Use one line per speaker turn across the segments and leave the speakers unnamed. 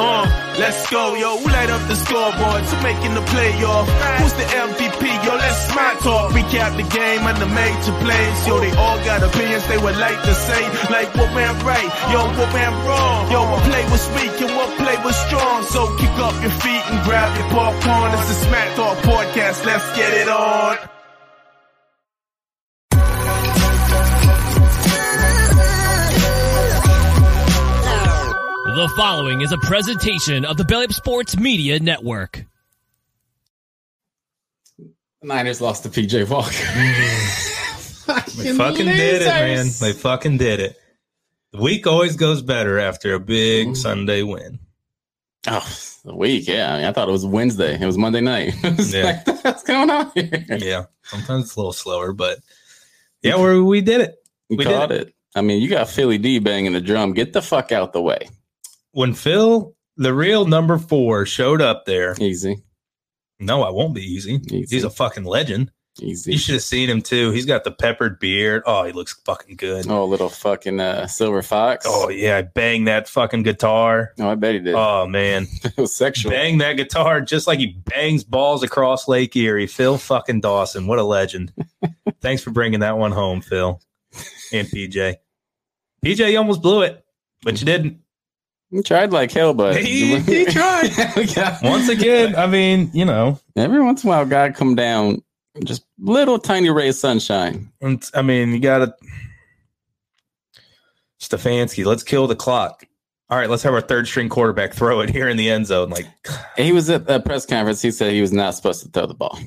uh, Let's go, yo. Who light up the scoreboard to making the playoff? Who's the MVP? Yo, let's smart talk. Recap the game and the major plays. Yo, they all got opinions they would like to say. Like what went right, yo, what went wrong. Yo, what play was weak and what play was strong. So kick up your feet and grab your popcorn. It's the Smack Talk Podcast. Let's get it on.
The following is a presentation of the Belly Up Sports Media Network.
Niners lost to PJ Walker.
They fucking did it, man. They fucking did it. The week always goes better after a big Sunday win.
oh, the week. Yeah, I, mean, I thought it was Wednesday. It was Monday night. It's
Yeah.
like, what's going on here?
Yeah. Sometimes it's a little slower, but yeah, we we did it.
You
We did
caught it. I mean, you got Philly D banging the drum. Get the fuck out the way.
When Phil, the real number four, showed up there,
Easy,
no, I won't be easy.
Easy.
He's a fucking legend. You
easy.
should have seen him too. He's got the peppered beard. Oh, he looks fucking good.
Oh, little fucking uh, silver fox.
Oh, yeah. Bang that fucking guitar.
no, I bet he did.
Oh, man.
it was sexual.
Bang that guitar just like he bangs balls across Lake Erie. Phil fucking Dawson, what a legend! Thanks for bringing that one home, Phil and PJ. PJ, you almost blew it, but you didn't.
He tried like hell, but
He- he tried.
Yeah.
Once again, I mean, you know,
Every once in a while, God come down, just little tiny ray of sunshine.
it's- I mean, you got to Stefanski. Let's kill the clock. All right, let's have our third string quarterback throw it here in the end zone. Like,
He was at the press conference. He said he was not supposed to throw the ball.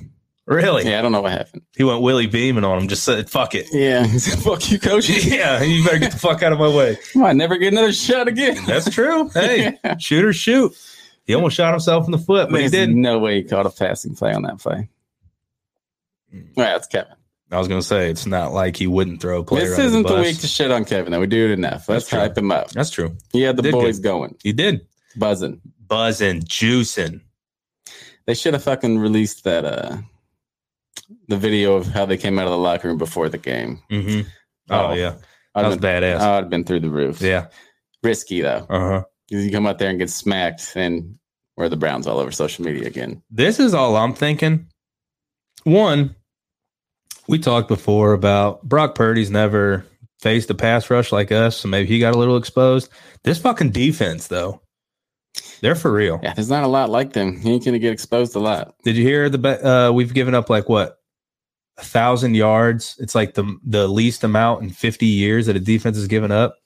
really?
Yeah, I don't know what happened.
He went Willie Beeman on him. Just said, "Fuck it."
Yeah, he said, "Fuck you, coach.
Yeah, you better get the fuck out of my way.
I might never get another shot again."
That's true. Hey, shoot or shoot. He almost shot himself in the foot, but he
There's
didn't.
no way he caught a passing play on that play.
Mm.
Well, that's Kevin.
I was going to say it's not like he wouldn't throw a player.
this
under
isn't the,
bus.
week to shit on Kevin. Though we do it enough. Let's
That's true.
hype him up.
That's true.
He had the
Did
boys going,
He did
buzzing.
buzzing, juicing.
They should have fucking released that uh the video of how they came out of the locker room before the game.
Mm-hmm. Oh, uh,
Oh,
yeah, that
I'd
was
been,
badass.
I'd been through the roof.
yeah.
Risky though.
Uh huh.
'Cause You come out there and get smacked, and we're the Browns all over social media again.
This is all I'm thinking. One, we talked before about Brock Purdy's never faced a pass rush like us, so maybe he got a little exposed. This fucking defense, though, they're for real.
Yeah, there's not a lot like them. He ain't gonna get exposed a lot.
Did you hear the be- uh we've given up like what a thousand yards? It's like the the least amount in fifty years that a defense has given up.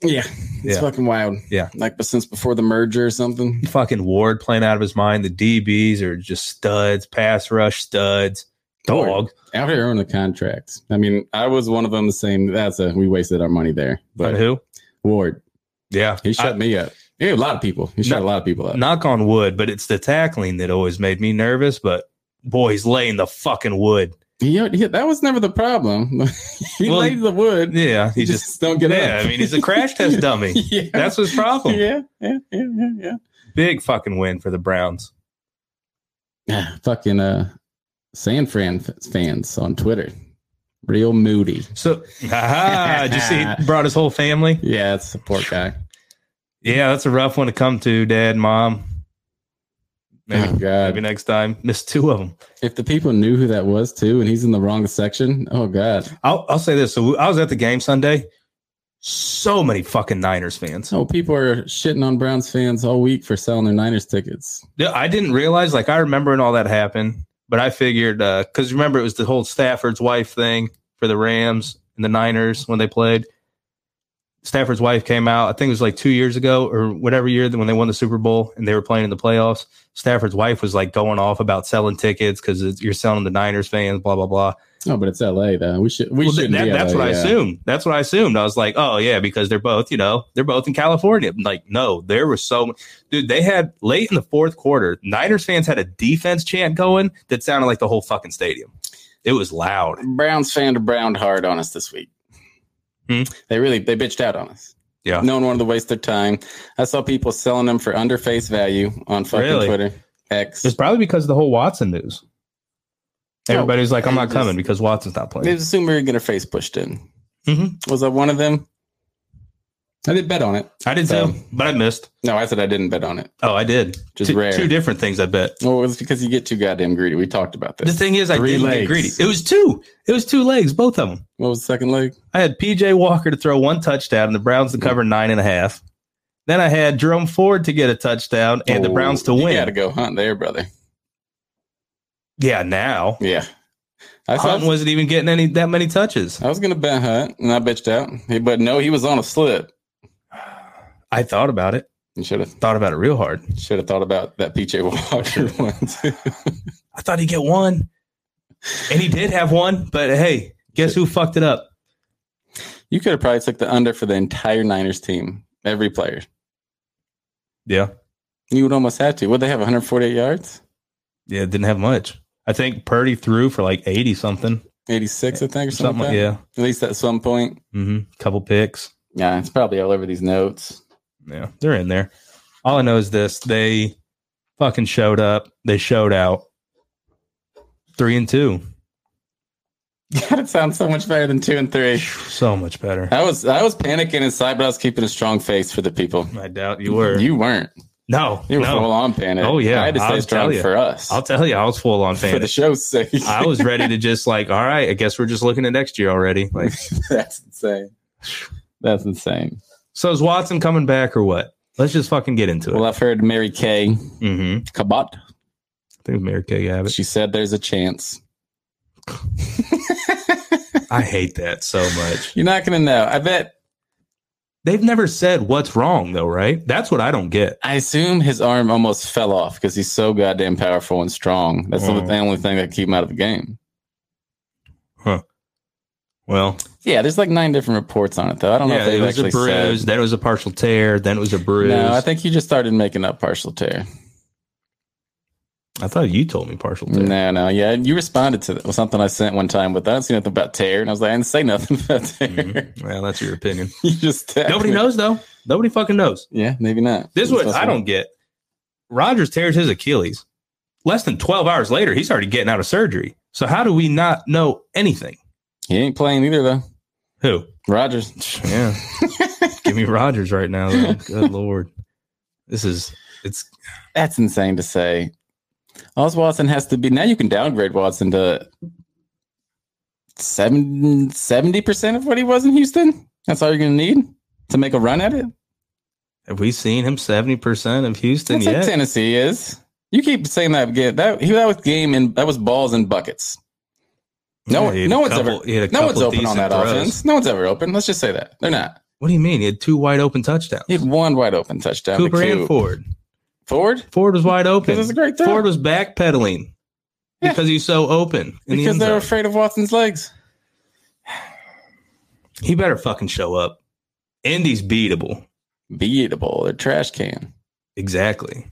Yeah, it's
Yeah.
fucking wild.
Yeah.
like but since before the merger or something.
Fucking Ward playing out of his mind. The DBs are just studs, pass rush studs. Dog.
out here on the contracts. I mean, I was one of them saying that's a we wasted our money there.
But
But
who?
Ward,
Yeah.
he shut
I-
me up. Yeah, a lot of people. He shut
No-
a lot of people up.
knock on wood, but it's the tackling that always made me nervous. But boy, he's laying the fucking wood.
He, he- that was never the problem. he
Well,
laid the wood. He,
Yeah. He
just,
just,
don't get
yeah.
up.
I mean, he's a crash test dummy.
yeah.
That's his problem.
yeah, yeah, yeah, yeah, yeah.
Big fucking win for the Browns.
Ah, Fucking uh, San Fran f- fans on Twitter, real moody.
So, haha, did you see, he brought his whole family.
Yeah, that's the poor guy.
Yeah, that's a rough one to come to, Dad, Mom. Maybe,
Oh, God.
maybe next time. Missed two of them.
If the people knew who that was too, and he's in the wrong section, oh god.
I'll, I'll say this. So I was at the game Sunday. So many fucking Niners fans.
Oh, people are shitting on Browns fans all week for selling their Niners tickets.
Yeah, I didn't realize. Like I remember when all that happened, but I figured because remember it was the whole Stafford's wife thing for the Rams and the Niners when they played. Stafford's wife came out. I think it was like two years ago or whatever year that when they won the Super Bowl and they were playing in the playoffs. Stafford's wife was like going off about selling tickets because you're selling the Niners fans, blah blah blah.
Oh, but it's L.A. though. We should. We
Well,
should.
that, that's what I assumed. That's what I assumed. I was like, oh yeah, because they're both, you know, they're both in California. Like, no, there was so much. dude. They had late in the fourth quarter, Niners fans had a defense chant going that sounded like the whole fucking stadium. It was loud.
Browns fan to Brown hard on us this week.
Hmm.
They really they bitched out on us.
Yeah.
No one wanted to waste their time. I saw people selling them for under face value on fucking
Really?
Twitter. X.
It's probably because of the whole Watson news. Everybody was like, I'm not
Just-
coming because Watson's not
They
playing. Mm-hmm.
assume we were getting our face pushed in.
Mhm.
Was I one of them? I did bet on it.
I did
So-
too, but I missed.
No, I said I didn't bet on it.
Oh, I did.
um, Just
two,
rare.
two different things I bet.
Well, it's because you get too goddamn greedy. We talked about
The
this.
thing is, I
Three
didn't get
legs.
greedy. It was two. It was two legs, both of them.
What was the second leg?
I had PJ Walker to throw one touchdown and the Browns to cover nine and a half. Then I had Jerome Ford to get a touchdown and the
Oh,
Browns to
You
win.
got to go hunt there, brother.
Yeah, now
Yeah. I
Hunt
thought
wasn't even getting any that many touches.
I was going to bet Hunt, and I bitched out. He- But no, he was on a slip.
I thought about it.
You should have
Thought about it real hard.
should have thought about that PJ Walker one too.
I thought he'd get one, and he did have one. But hey, guess who fucked it up?
you could have probably took the under for the entire Niners team, every player.
Yeah,
You would almost have to. Would they have 148 yards?
yeah, didn't have much. I think Purdy threw for like eighty something,
86, I think, or something.
something.
like
Like,
that.
yeah,
At least at some point.
hmm couple picks.
Yeah, it's probably all over these notes.
Yeah, they're in there. All I know is this: they fucking showed up. They showed out. Three and two,
God, it sounds so much better than two and three.
so much better.
I was I was panicking inside, but I was keeping a strong face for the people.
I doubt you were.
You weren't.
no,
You were
no.
full on panic.
Oh, yeah.
I had to stay
I'll tell
strong
ya.
for us.
I'll tell you, I was full on
for the
fan.
show's sake.
I was ready to just like, all right, I guess we're just looking at next year already. Like,
That's insane. That's insane.
So is Watson coming back or what? Let's just fucking get into
Well,
it.
I've heard Mary Kay
Mm-hmm.
Cabot.
I think Mary Kay Abbott.
She said there's a chance.
I hate that so much.
You're not gonna know. I bet
They've never said what's wrong though, right? That's what I don't get.
I assume his arm almost fell off because he's so goddamn powerful and strong. That's the
Mm.
only thing that keep him out of the game.
Well,
Yeah, there's like nine different reports on it though. I don't know if
yeah,
they
it was a
actually
bruise.
said.
Then it was a partial tear. Then it was a bruise.
No, I think you just started making up partial tear.
I thought you told me partial tear.
No, no, yeah, you responded to that- something I sent one time, but I don't see nothing about tear, and I was like, I didn't say nothing about tear.
Mhm. Well, that's your opinion.
you just tapped
Nobody
me.
knows though. Nobody fucking knows.
Yeah, maybe not.
This is what
It's
I
possible.
don't get. Rogers tears his Achilles. Less than twelve hours later, he's already getting out of surgery. So how do we not know anything?
He ain't playing either though.
Who?
Rogers.
Yeah. Give me Rogers right now. Though. Good lord. This is it's
That's insane to say. Oz Watson has to be now. You can downgrade Watson to 70 percent of what he was in Houston. That's all you're going to need to make a run at it.
have we seen him 70% of Houston
That's what
yet?
Tennessee is. You keep saying that game. That he that was game and that was balls and buckets. No one-
he had
no
a
one's
couple-
ever-
he had a
No one's
couple
open on
decent
that
throws.
offense. No one's ever open. Let's just say that they're not.
What do you mean? He had two wide open touchdowns.
He had one wide open touchdown. to
Cooper
Coop.
and Ford.
Ford
Ford was wide open.
because it's a great throw.
Ford was backpedaling
Yeah.
because he's so open. In
because
the
they're
end zone.
afraid of Watson's legs.
he better fucking show up. Indy's beatable.
Beatable. They're trash can.
Exactly.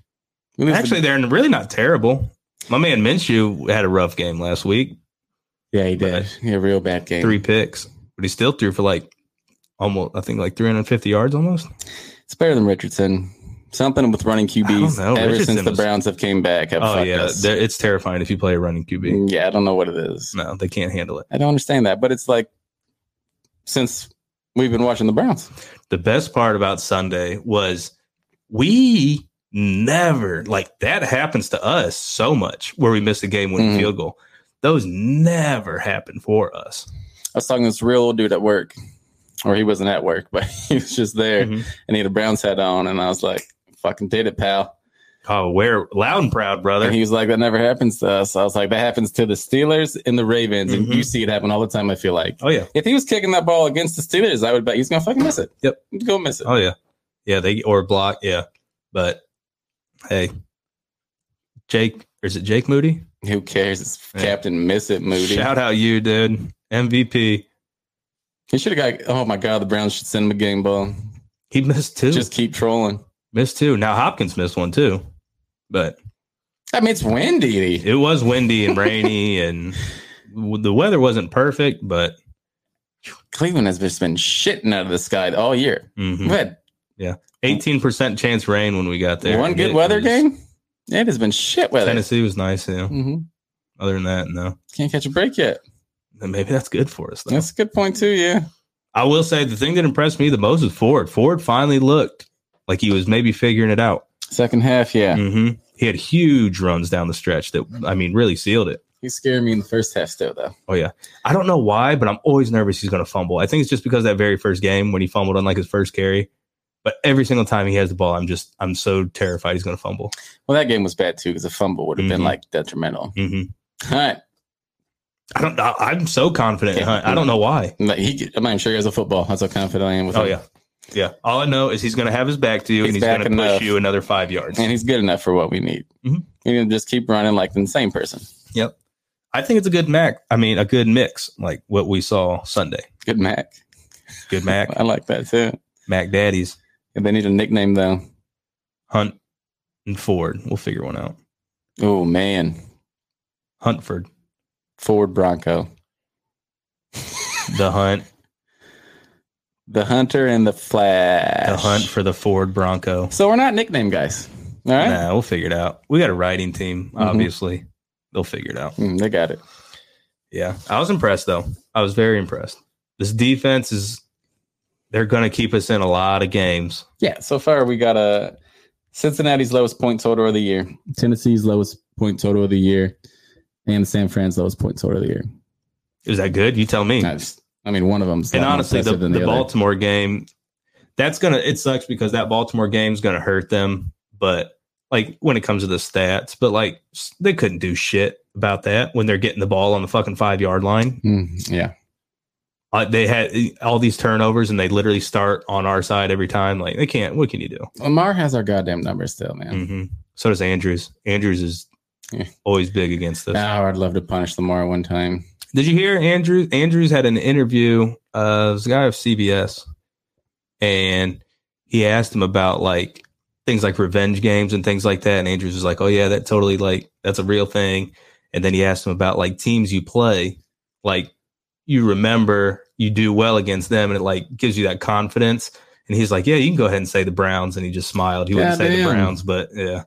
Who is the-
Actually, they're really not terrible. My man Minshew had a rough game last week.
yeah, he
did.
He had a real bad game.
three picks, but he still threw for like almost, I think like 350 yards almost.
It's better than Richardson. Something with running QBs
I don't know.
ever
Richardson
since the
was-
Browns have came back. Have
Oh,
fucked
yeah.
us. Mm,
They're- It's terrifying if you play a running QB.
yeah. I don't know what it is.
No, they can't handle it.
I don't understand that, but it's like since we've been watching the Browns,
The best part about Sunday was we never, like, that happens to us so much where we miss a game winning
Mhm.
field goal. Those never happen for us.
I was talking to this real old dude at work, or he wasn't at work, but he was just there,
Mhm.
and he had a Browns hat on, and I was like, "Fucking did it, pal!"
Oh, we're loud and proud, brother.
And he was like, "That never happens to us." I was like, "That happens to the Steelers and the Ravens,
Mhm.
and you see it happen all the time." I feel like
oh, yeah.
if he was kicking that ball against the Steelers, I would bet he's gonna fucking miss it.
Yep.
He's gonna miss it.
Oh, yeah. Yeah. They, or block. Yeah. But hey, Jake, or is it Jake Moody?
Who cares? It's
Yeah.
Captain Miss It Moody.
Shout out you, dude. MVP.
He should have got. Oh my God, the Browns should send him a game ball.
He missed two.
Just keep trolling.
missed two. Now Hopkins missed one too. But
I mean, it's windy.
it was windy and rainy and w- the weather wasn't perfect, but
Cleveland has just been shitting out of the sky all year.
mhm.
We've had
18% chance rain when we got there.
one
And
good
it
weather
was-
game. It has been shit weather.
Tennessee was nice, yeah.
hmm
Other than that, no.
Can't catch a break yet.
And maybe that's good for us though.
That's a good point too. Yeah,
I will say the thing that impressed me the most is Ford. Ford finally looked like he was maybe figuring it out.
Second half, yeah.
hmm He had huge runs down the stretch that I mean really sealed it.
He scared me in the first half still, though.
Oh yeah, I don't know why, but I'm always nervous he's going to fumble. I think it's just because that very first game when he fumbled on like his first carry. But every single time he has the ball, I'm just I'm so terrified he's going to fumble.
Well, that game was bad too because a fumble would have been
Mhm.
like detrimental.
hmm
All right,
I don't. I, I'm so confident. in Hunt. I don't know why.
Like, he, could- I'm not even sure he has a football. That's how confident I am with
Oh
him.
yeah, yeah. All I know is he's going to have his back to you,
He's
and he's going
back
to push
enough.
you another five yards.
and he's good enough for what we need.
Mhm.
We need to just keep running like the same person.
I think it's a good Mac. I mean, a good mix, like what we saw Sunday.
Good Mac.
Good Mac,
I like that too.
Mac Daddies,
If they need a nickname though.
Hunt and Ford. We'll figure one out.
Oh man,
Huntford,
Ford Bronco,
the Hunt,
the Hunter and the Flash.
the Hunt for the Ford Bronco.
So we're not nickname guys. All right,
Nah, we'll figure it out. We got a writing team,
Mm-hmm.
obviously. They'll figure it out.
Mm, they got it.
Yeah. I was impressed though. I was very impressed. This defense is they're gonna keep us in a lot of games.
Yeah, so far we got uh, Cincinnati's lowest point total of the year, Tennessee's lowest point total of the year, and San Fran's lowest point total of the year.
Is that good? You tell me.
I, just- I mean, one of them's
and honestly, the,
than
the,
the, other.
Baltimore game, that's gonna it sucks because that Baltimore game's gonna hurt them. But like when it comes to the stats, but like s- they couldn't do shit about that when they're getting the ball on the fucking five yard line.
Mm, yeah,
Uh, they had all these turnovers and they literally start on our side every time. Like they can't. What can you do?
Lamar has our goddamn number still, man.
hmm So does Andrews. Andrews is
Yeah.
always big against us.
Oh, I'd love to punish Lamar one time.
Did you hear Andrews? Andrews had an interview. Uh, it was a guy of CBS, and he asked him about like things like revenge games and things like that. And Andrews was like, "Oh yeah, that totally like that's a real thing." And then he asked him about like teams you play, like you remember you do well against them, and it like gives you that confidence. And he's like, "Yeah, you can go ahead and say the Browns," and he just smiled. He wouldn't say the
Goddamn.
Browns, but yeah,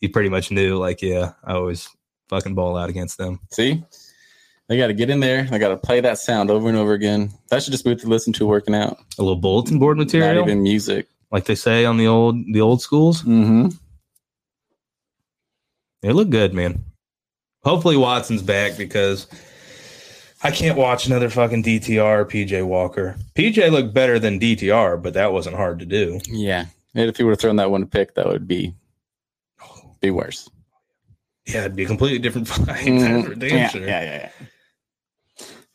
he pretty much knew. Like, yeah, I always fucking ball out against them.
See, they got to get in there. They got to play that sound over and over again. That should just be what they listen to working out.
A little bulletin board material.
Not even music.
like they say on the old the old schools.
Mm-hmm.
They look good, man. Hopefully Watson's back because I can't watch another fucking DTR or PJ Walker. PJ looked better than DTR, but that wasn't hard to do.
Yeah. And if he would have thrown that one pick, that would be be worse.
Yeah, it'd be a completely different fight.
Mhm.
That's for damn
Yeah, yeah,
sure.
yeah, yeah.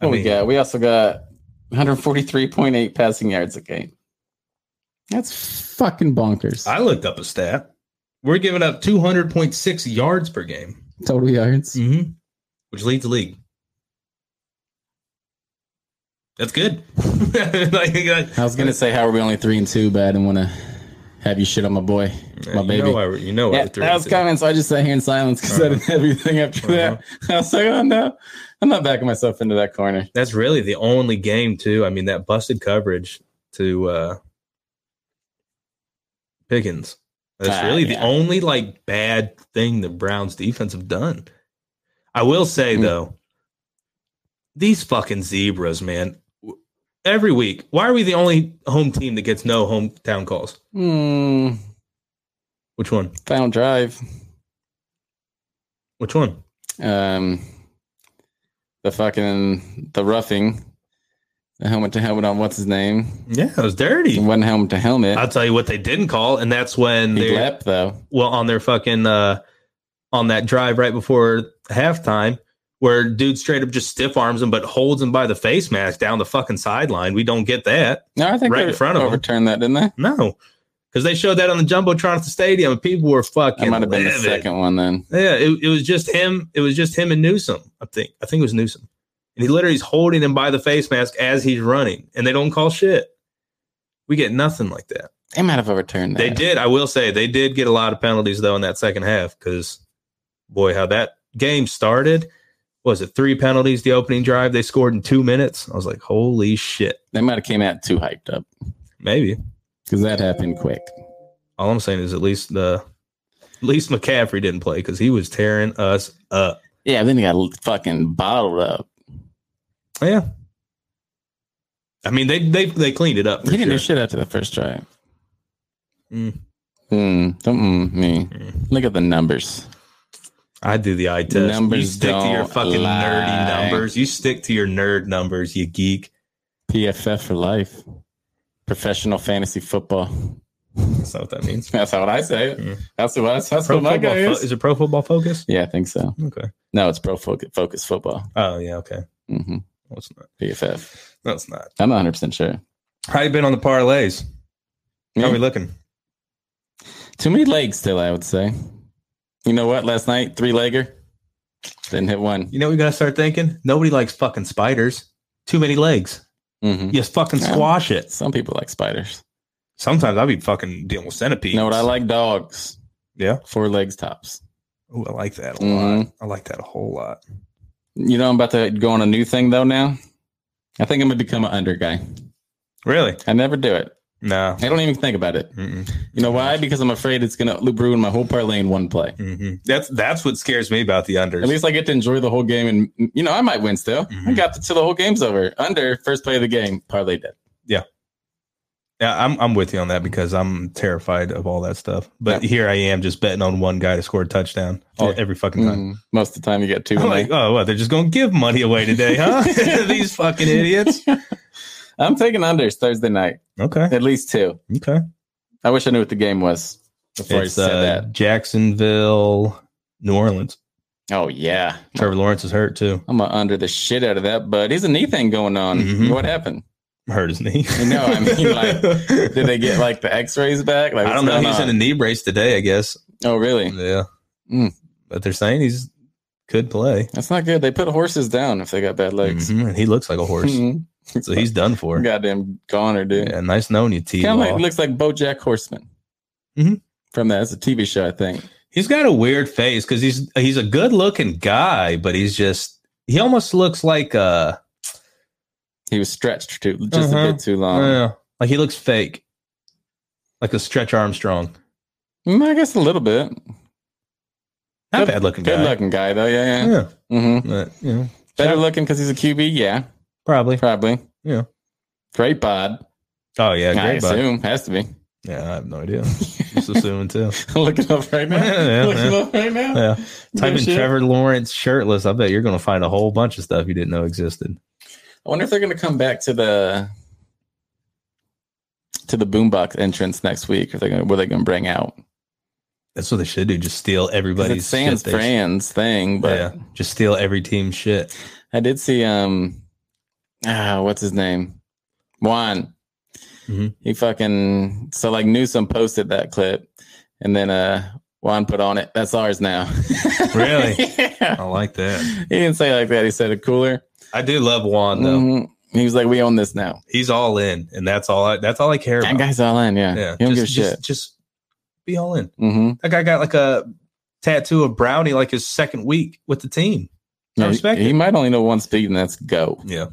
I
What we
mean-
got? We also got 143.8 passing yards a game. That's fucking bonkers.
I looked up a stat. We're giving up 200.6 yards per game,
Total yards.
mm-hmm. which leads the league. That's good. Like, uh,
I was gonna say, how are we only three and two? But I didn't want to have you shit on my boy, my
you
baby.
know why we're- you know why
Yeah,
we're Oh, three
that
and
was
two.
coming, so I just sat here in silence because I
Uh-huh.
didn't have anything after that. I was like, oh no, I'm not backing myself into that corner.
that's really the only game too. I mean, that busted coverage to uh Pickens. That's
Ah,
really
yeah.
the only like bad thing the Browns defense have done. I will say
Hmm.
though, these fucking zebras, man. w- Every week, why are we the only home team that gets no hometown calls?
Hmm,
Which one?
final drive.
Which one?
Um, the fucking the roughing, the helmet to helmet on what's his name?
Yeah, it was dirty.
It wasn't helmet to helmet.
I'll tell you what they didn't call, and that's when
He
they
leapt though.
well on their fucking uh on that drive right before halftime where dude straight up just stiff arms him but holds him by the face mask down the fucking sideline. We don't get that.
No, I think
Right
they
in front of him.
overturned that, didn't they?
No. Cause they showed that on the Jumbotron at the stadium and people were fucking
That might have been the
livid.
second one then.
Yeah, it, it was just him. It was just him and Newsom. I think I think it was Newsom, and he literally is holding him by the face mask as he's running, and they don't call shit. We get nothing like that.
They might have overturned that.
They did. I will say they did get a lot of penalties though in that second half because, boy, how that game started was it three penalties the opening drive they scored in two minutes. I was like, holy shit,
They might have came out too hyped up
maybe.
because that happened quick.
All I'm saying is at least the at least McCaffrey didn't play because he was tearing us up.
Yeah, then he got fucking bottled up.
Yeah, I mean, they they they cleaned it up.
He
For
didn't do
sure.
shit after the first drive.
Mm, don't mm me. Look at the numbers.
I do the eye test. you
Numbers
stick to your
don't
fucking nerdy
lie.
numbers. You stick to your nerd numbers, you geek.
PFF for life. Professional fantasy football.
That's not what that means.
That's what I say.
Mm.
That's what that's, that's
Pro
what my
football
guy
fo-
is.
is it pro football focus?
Yeah, I think so.
Okay.
No, it's pro focus, focus football.
Oh yeah. Okay.
hmm
No, it's not.
PFF.
No, it's not.
I'm not 100 percent sure.
How you been on the parlays? How
Me?
we looking?
Too many legs still, I would say. You know what? Last night, three legger. Didn't hit one.
You know what we gotta start thinking? Nobody likes fucking spiders. Too many legs.
hmm
You just fucking
Yeah.
squash it.
Some people like spiders.
Sometimes I'll be fucking dealing with centipedes.
You know what? I like dogs.
Yeah.
Four legs tops.
Ooh, I like that a lot.
Mhm.
I like that a whole lot.
You know, I'm about to go on a new thing though now. I think I'm gonna become an under guy.
Really?
I never do it.
No.
I don't even think about it.
Mm-mm.
You know why? Because I'm afraid it's gonna ruin my whole parlay in one play.
hmm That's that's what scares me about the unders.
At least I get to enjoy the whole game, and you know I might win still. I
Mhm.
got to, till the whole game's over. Under first play of the game, parlay dead.
Yeah, I'm I'm with you on that because I'm terrified of all that stuff. But
Yeah.
here I am just betting on one guy to score a touchdown all,
Yeah.
every fucking time.
Mm, Most of the time, you get two.
I'm
and
like,
they-
Mm-hmm. oh, what? They're just gonna give money away today, huh? These fucking idiots.
I'm taking unders Thursday night,
Okay,
at least two.
okay.
I wish I knew what the game was before
It's
I said
uh, Jacksonville, New Orleans.
that. Oh yeah,
Trevor Lawrence is hurt too.
I'm gonna under the shit out of that. But is a knee thing going on?
Mhm.
What happened?
Hurt his knee.
You know, I mean, like, Did they get uh, like the X-rays back? Like,
I don't know. He's in a Mm-hmm. knee brace today, I guess.
Oh, really?
Yeah,
Mm.
but they're saying he's could play.
That's not good. They put horses down if they got bad legs.
Mhm, And he looks like a horse,
Mhm.
so he's done for.
Goddamn goner, dude.
Yeah, nice knowing you, T.
Kind of
Law.
like looks like BoJack Horseman
Mhm.
from that. It's a TV show, I think.
He's got a weird face because he's he's a good looking guy, but he's just he almost looks like uh
He was stretched too, just
Uh-huh.
a bit too long.
uh, like he looks fake, like a Stretch Armstrong.
Mm, I guess a little bit.
Not
Good-
bad looking
Good
guy.
looking guy though. Yeah, yeah.
Yeah,
hmm
but you know,
Better looking because he's a QB. Yeah,
probably.
probably.
Yeah.
Great pod.
Oh yeah,
I
great bud.
assume has to be.
Yeah, I have no idea. Just assuming too.
Look it up right now.
Yeah,
Look it
yeah.
up right now.
Yeah. Type
Good
in
shit.
Trevor Lawrence shirtless. I bet you're gonna find a whole bunch of stuff you didn't know existed.
I wonder if they're going to come back to the to the boombox entrance next week. If they're going, to what they're going to bring out?
That's what they should do. Just steal
'Cause
everybody's
It's Sans
shit they-
Fran's thing, but
Yeah, just steal every team's shit.
I did see um, ah, what's his name, Juan.
Mhm.
He fucking so like Newsom posted that clip, and then uh Juan put on it. That's ours now.
Really? Oh,
yeah.
I like that.
He didn't say it like that. He said it cooler.
I do love Juan though.
Mhm. He was like, "We own this now."
He's all in, and that's all. I, that's all I care
That
about.
guy's all in. Yeah,
yeah,
he don't
just,
give a
just,
shit.
Just be all in.
hmm
That guy got like a tattoo of brownie like his second week with the team. I
Yeah, he-
respect
he,
it.
might only know one speed, and that's go.
Yeah,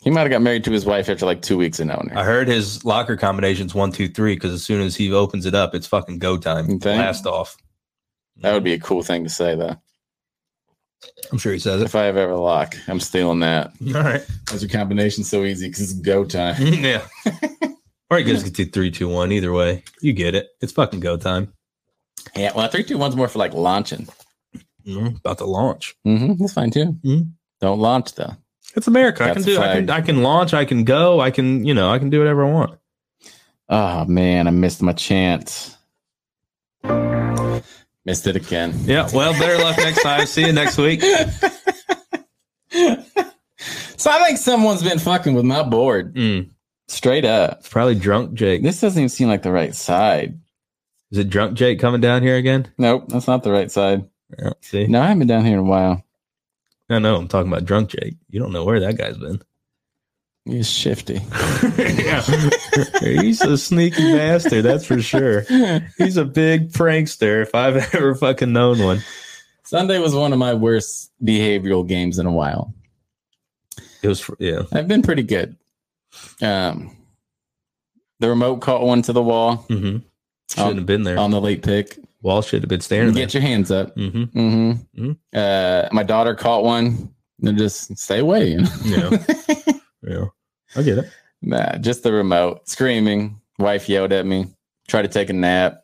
He might have got married to his wife after like two weeks of knowing her.
I heard his locker combinations one, two, three. Because as soon as he opens it up, it's fucking go time.
You think?
Blast off.
that would be a cool thing to say, though.
I'm sure he says it.
If I have ever lock, I'm stealing that.
All right.
Those are combinations so easy because it's go time.
yeah. or he gives it to three, two, one. Either way, you get it. It's fucking go time.
Yeah, well, three, two, one's more for like launching.
Mhm. About to launch.
Mm-hmm, that's fine too.
Mhm.
Don't launch though.
It's America. I
That's
can do.
a
I
flag.
can. I can launch. I can go. I can. You know. I can do whatever I want.
Oh man, I missed my chance. Missed it again.
Yeah. Well, better luck next time. See you next week.
So I think someone's been fucking with my board
Mm,
straight up.
it's probably drunk Jake.
This doesn't even seem like the right side.
Is it drunk Jake coming down here again?
Nope, that's not the right side.
Yeah, see,
No, I haven't been down here in a while.
no, no, I'm talking about drunk Jake. You don't know where that guy's been.
He's shifty.
He's a sneaky bastard, that's for sure. He's a big prankster if I've ever fucking known one.
Sunday was one of my worst behavioral games in a while.
It was, fr- yeah.
I've been pretty good. Um, the remote caught one to the wall
Mm-hmm. Shouldn't
Um,
have been there.
on the late pick.
Wall should have been standing there.
Get your hands up.
Mm-hmm.
hmm
Mhm.
Uh, my daughter caught one. And just stay away. You know?
Mm-hmm, Yeah. yeah.
I get it.
Nah, just the remote. Screaming. Wife yelled at me. Tried to take a nap.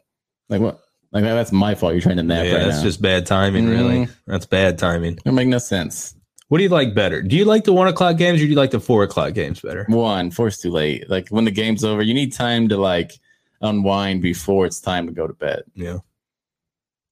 Like what? Like that's my fault. You're trying to nap
yeah,
right
that's
now.
just bad timing, really. That's bad timing.
It make no sense.
What do you like better? Do you like the one o'clock games or do you like the four o'clock games better?
One, force too late. Like when the game's over, you need time to like unwind before it's time to go to bed.
Yeah.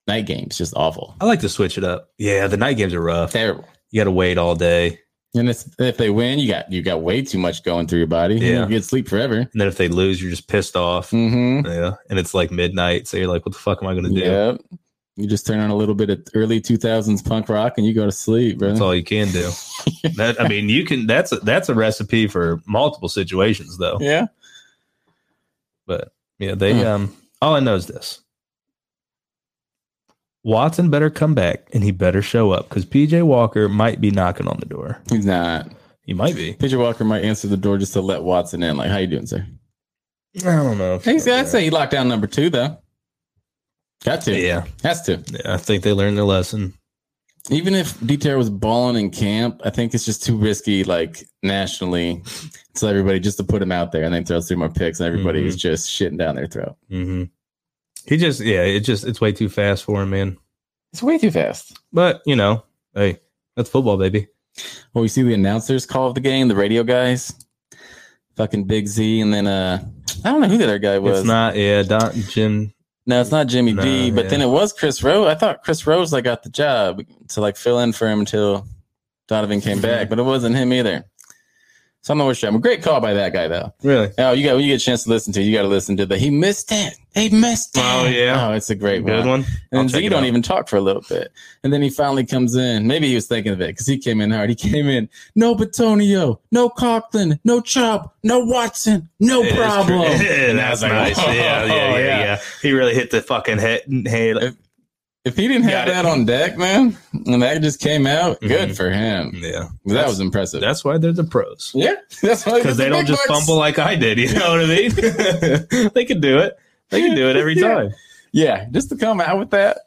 Night games just awful.
I like to switch it up. Yeah, the night games are rough.
Terrible.
You got to wait all day.
And it's, if they win, you got you got way too much going through your body.
Yeah.
You could sleep forever.
And then if they lose, you're just pissed off.
Mm-hmm.
Yeah. And it's like midnight. So you're like, what the fuck am I going to do?
Yep. You just turn on a little bit of early 2000s punk rock and you go to sleep, bro.
That's all you can do. that I mean, you can. That's a, that's a recipe for multiple situations, though.
yeah.
But yeah, they. Um, all I know is this: Watson better come back, and he better show up because PJ Walker might be knocking on the door.
He's not.
He might be.
Pitcher Walker might answer the door just to let Watson in. Like, how you doing, sir?
I don't know. if-
Hey, see, I'd say he locked down number two, though. Got to.
Yeah,
Has to.
yeah. I think they learned their lesson.
Even if D-Terror was balling in camp, I think it's just too risky, like, nationally to everybody just to put him out there and then throws three more picks and everybody
Mm-hmm.
is just shitting down their throat.
hmm He just, yeah, it just, it's way too fast for him, man.
It's way too fast.
But you know, hey, that's football, baby.
Well, we see the announcers call of the game, the radio guys, fucking Big Z, and then uh, I don't know who the other guy was.
It's not, yeah, Don Jim.
no, it's not Jimmy D,
No,
but
yeah.
then it was Chris Rowe. I thought Chris Rowe's like got the job to like fill in for him until Donovan
Mm-hmm.
came back, but it wasn't him either. So I'm not sure. I'm a great call by that guy though.
Really?
Oh, you got when you get a chance to listen to, it, you got to listen to the. He missed it. He missed it.
Oh, yeah.
Oh, it's a great
Good
one.
one. I'll
And
check
Z
it
don't
out.
even talk for a little bit. And then he finally comes in. Maybe he was thinking of it because he came in hard. He came in, no Batonio, no Coughlin, no Chubb, no Watson, no
Yeah, that's true.
problem.
Yeah,
And I
that's
was like,
nice.
"Whoa."
Yeah, yeah, yeah, yeah. He really hit the fucking head. head.
If he didn't have
Got it.
that on deck, man, and that just came out, good for him.
Yeah,
That was impressive.
Mm-hmm. that's why they're the pros
yeah, that's why he
because
gets the
they don't
big
just
bucks.
fumble like I did. You know what I mean? they can do it. They can do it every
Yeah.
time.
Yeah, just to come out with that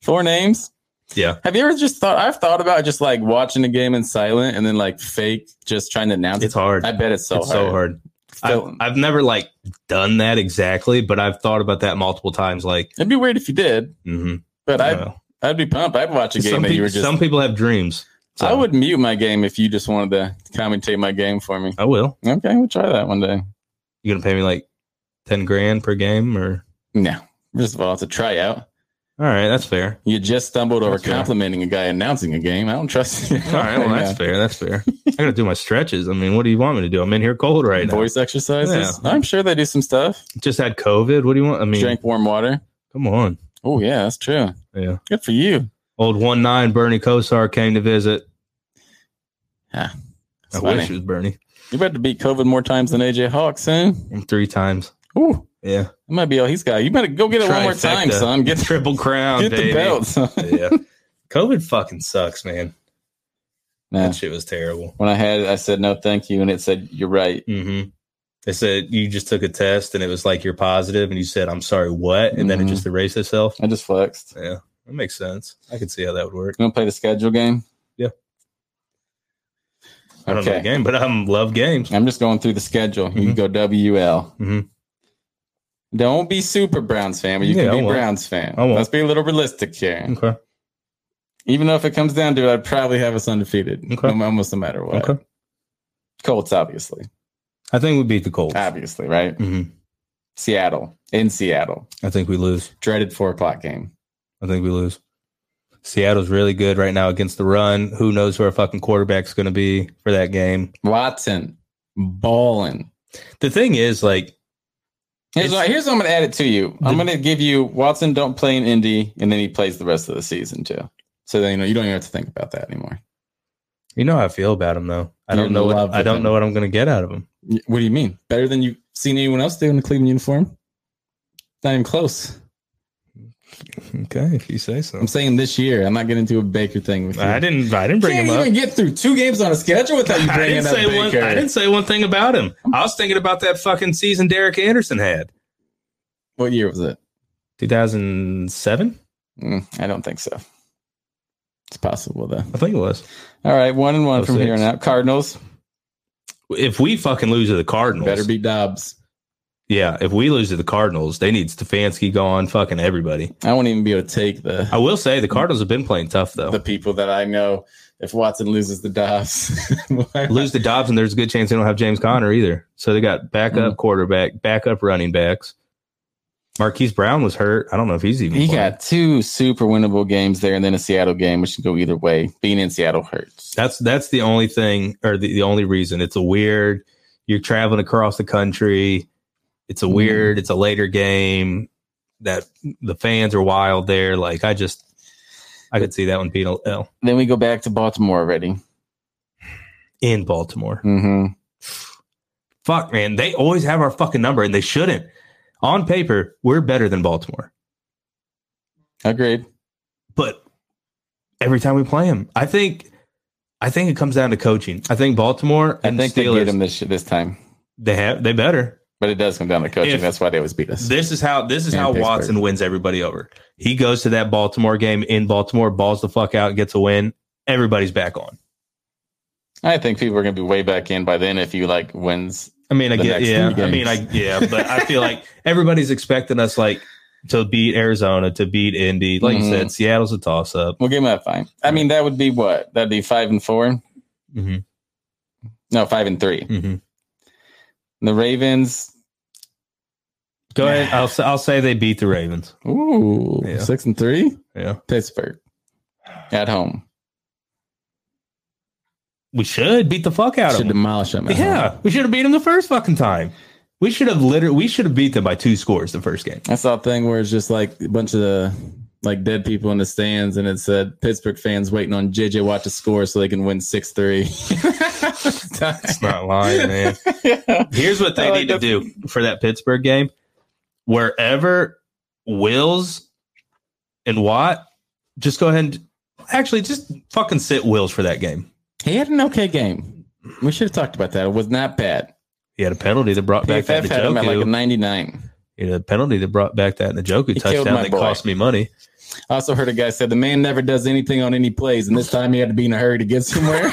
four names.
Yeah.
Have you ever just thought? I've thought about just like watching a game in silent and then like fake just trying to announce
It's
it.
hard.
I bet it's so
it's
hard.
so hard.
Still-
I've, I've never like done that exactly, but I've thought about that multiple times. Like,
It'd be weird if you did,
mhm,
but
I
I
don't know.
I'd be pumped. I'd watch a game
some,
that you
people,
were just.
some people have dreams. So
I would mute my game if you just wanted to commentate my game for me.
I will.
Okay, we'll try that one day.
You gonna pay me like ten grand per game, or
No, first of all, it's a tryout.
all right? That's fair.
You just stumbled over
That's fair.
complimenting a guy announcing a game. I don't trust you.
All right, well that's fair. That's fair. I gotta do my stretches. I mean, what do you want me to do? I'm in here cold right now.
Voice exercises. I'm sure they do some stuff.
Just had COVID. What do you want? I mean,
Drink warm water.
come on.
Oh yeah, that's true.
Yeah.
Good for you.
Old one nine Bernie Kosar came to visit.
Yeah.
I
That's funny.
wish it was Bernie.
You better beat COVID more times than AJ Hawk soon.
Three times.
Ooh,
Yeah.
that might be all he's got. You better go get it one more time,
Trifecta.
son. Get the,
Triple crown,
get the
baby.
belt. son.
yeah. COVID fucking sucks, man.
Nah.
That shit was terrible.
When I had it, I said no, thank you, and it said you're right.
Mm-hmm. They said you just took a test and it was like you're positive, and you said I'm sorry, what? And then it
Mhm.
just erased itself.
I just flexed.
Yeah, that makes sense. I could see how that would work.
You want to play the schedule game?
Yeah. I don't know the
Okay.
game, Mm-hmm. but I am love games.
I'm just going through the schedule. You can go WL.
Mhm.
Don't be super Browns fan, but you
Mm-hmm. Yeah, I
can be
won't.
Browns fan.
I won't.
Let's be a little realistic here.
Okay.
Even though if it comes down to it, I'd probably have us undefeated.
Okay.
No- Almost no matter what.
Okay.
Colts, obviously.
I think we beat the Colts.
Obviously, right?
hmm
Seattle. In Seattle.
I think we lose.
Dreaded four o'clock game.
I think we lose. Seattle's really good right now against the run. Who knows who our fucking quarterback's going to be for that game?
Watson. Balling.
The thing is, like,
Here's
It's-
what, here's what I'm going to add it to you. I'm going to give you Watson don't play in Indy, and then he plays the rest of the season too. So then you know you don't even have to think about that anymore.
you know how I feel about him, though. I
You're
don't know.
in
What,
love
I
with
don't
him.
know what I'm going to get out of him.
Y- What do you mean? Better than you've seen anyone else do in the Cleveland uniform? Not even close.
Okay, if you say so.
I'm saying this year. I'm not getting into a Baker thing with you.
I didn't. I didn't
You
bring
can't
him up.
even get through two games on a schedule without you
I
bringing
didn't,
up
say one,
Baker.
I didn't say one thing about him. I was thinking about that fucking season Derek Anderson had.
What year was it?
2007?
Mm, I don't think so. It's possible though.
I think it was.
All right, one and one
Oh,
from here
six.
on out. Cardinals.
if we fucking lose to the Cardinals,
Better be Dobbs.
yeah, if we lose to the Cardinals, they need Stefanski gone, fucking everybody.
I won't even be able to take the
I will say the Cardinals have been playing tough though.
the people that I know. If Watson loses the Dobbs,
lose to Dobbs, and there's a good chance they don't have James Conner either. So they got backup
Mm.
quarterback, backup running backs. Marquise Brown was hurt. I don't know if he's even.
he
playing.
got two super winnable games there, and then a Seattle game, which can go either way. Being in Seattle hurts.
That's that's the only thing, or the, the only reason. It's a weird. You're traveling across the country. It's
Mm.
a weird. It's a later game. That the fans are wild there. Like I just, I could see that one being a L
Then we go back to Baltimore already.
in Baltimore.
hmm
Fuck man, they always have our fucking number, and they shouldn't. On paper, we're better than Baltimore.
Agreed.
but every time we play him, I think, I think it comes down to coaching. I think Baltimore
I
and
think they
Steelers, they,
get him this this time,
have they better.
but it does come down to coaching.
If-
That's why they always beat us.
This is how this is
And
how
Pittsburgh.
Watson wins everybody over. He goes to that Baltimore game in Baltimore, balls the fuck out, gets a win. Everybody's back on.
I think people are going to be way back in by then if you like wins.
I mean, I
The
get
next
yeah.
three
I mean, I yeah, but I feel like everybody's expecting us like to beat Arizona, to beat Indy. Like you
Mhm.
said, Seattle's a toss up.
We'll give them that fine. I mean, that would be what? That'd be five and four.
Mhm.
No, five and three.
Mhm.
The Ravens.
Go ahead. I'll s- I'll say they beat the Ravens.
Ooh,
Yeah.
six and three.
Yeah,
Pittsburgh at home
we should beat the fuck out of
should
them.
demolish them.
uh-huh.
at home.
Yeah, we should have beat them the first fucking time. We should have literally we should have beat them by two scores the first game.
I saw a thing where it's just like a bunch of the like dead people in the stands, and it said Pittsburgh fans waiting on JJ Watt to score so they can win six three.
It's not lying, man. Here's what they
I like
need to
that.
do for that Pittsburgh game. Wherever Wills and Watt, just go ahead and actually just fucking sit Wills for that game.
He had an okay game. We should have talked about that. It was not bad.
He had a penalty that brought back that
PFF had him at like a
Njoku.
99.
He had a penalty that brought back that Njoku
He killed
touchdown
my
that
boy.
cost me money.
I also heard a guy said the man never does anything on any plays, and this time he had to be in a hurry to get somewhere.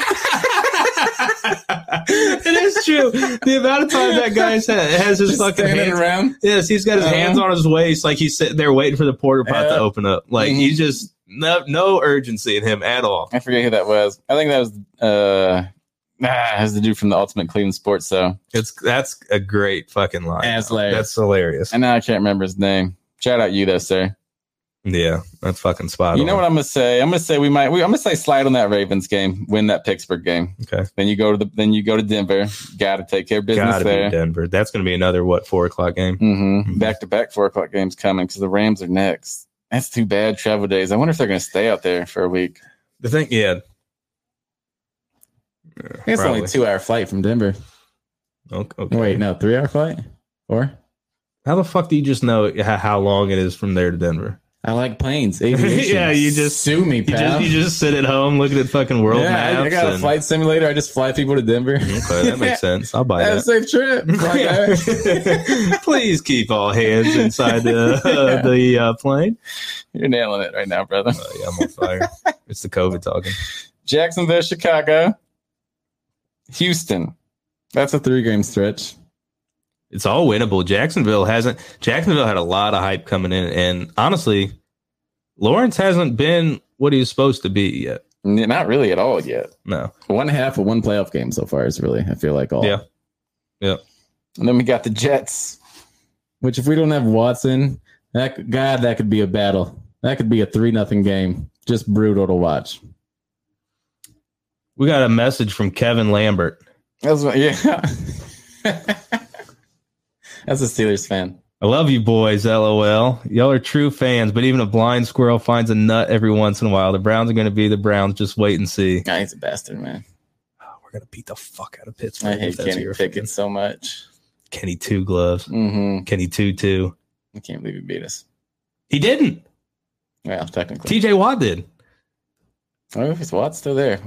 it is true. The amount of time that guy has, has his
Just
fucking
standing
hands
around.
Yes, he's got his
Uh-huh.
hands on his waist, like he's sitting there waiting for the porter pot to
Yeah.
open up. Like
Mhm.
he's just no no urgency in him at all.
I forget who that was. I think that was uh ah, it was the dude from the Ultimate Cleveland Sports Show.
It's that's a great fucking line.
Ass hilarious.
That's hilarious.
And now I can't remember his name. Shout out you though, sir.
yeah, that's fucking spot
You
on.
know what I'm gonna say? I'm gonna say we might. We, I'm gonna say slide on that Ravens game, win that Pittsburgh game.
Okay.
Then you go to the. Then you go to Denver. Got to take care of business
Gotta
there.
be Denver. That's gonna be another what four o'clock game.
Mm-hmm. Back to back four o'clock games coming because the Rams are next. That's too bad. Travel days. I wonder if they're going to stay out there for a week.
The thing, yeah.
It's
Probably.
only two hour flight from Denver.
Okay, okay.
Wait, no, three hour flight? Or
How the fuck do you just know how, how long it is from there to Denver?
I like planes. Aviation.
Yeah, you just-
sue me,
You
pal.
just, you just sit at home looking at fucking world
yeah,
maps.
I, I got a
and-
flight simulator. I just fly people to Denver.
Okay, that makes sense. I'll buy
Have
that.
a safe trip. Fly back.
Please keep all hands inside the uh, the uh, plane.
You're nailing it right now, brother.
Oh, yeah, I'm on fire. It's the COVID talking.
Jacksonville, Chicago, Houston.
That's a three game stretch.
It's all winnable. Jacksonville hasn't. Jacksonville had a lot of hype coming in, and honestly, Lawrence hasn't been what he was supposed to be yet.
N- Not really at all yet.
No,
One half of one playoff game so far is really, I feel like, all.
Yeah.
And then we got the Jets.
Which, if we don't have Watson, that God, that could be a battle. That could be a three nothing game. Just brutal to watch.
we got a message from Kevin Lambert.
That's what, yeah. That's a Steelers fan.
I love you boys, LOL. Y'all are true fans, but even a blind squirrel finds a nut every once in a while. The Browns are going to be the Browns. Just wait and see.
Nah, he's a bastard, man.
We're going to beat the fuck out of Pittsburgh.
I hate Kenny Pickett so much.
Kenny two gloves.
hmm
Kenny two two.
I can't believe he beat us.
He didn't.
Well, technically.
TJ Watt did.
I wonder if his Watt's still there.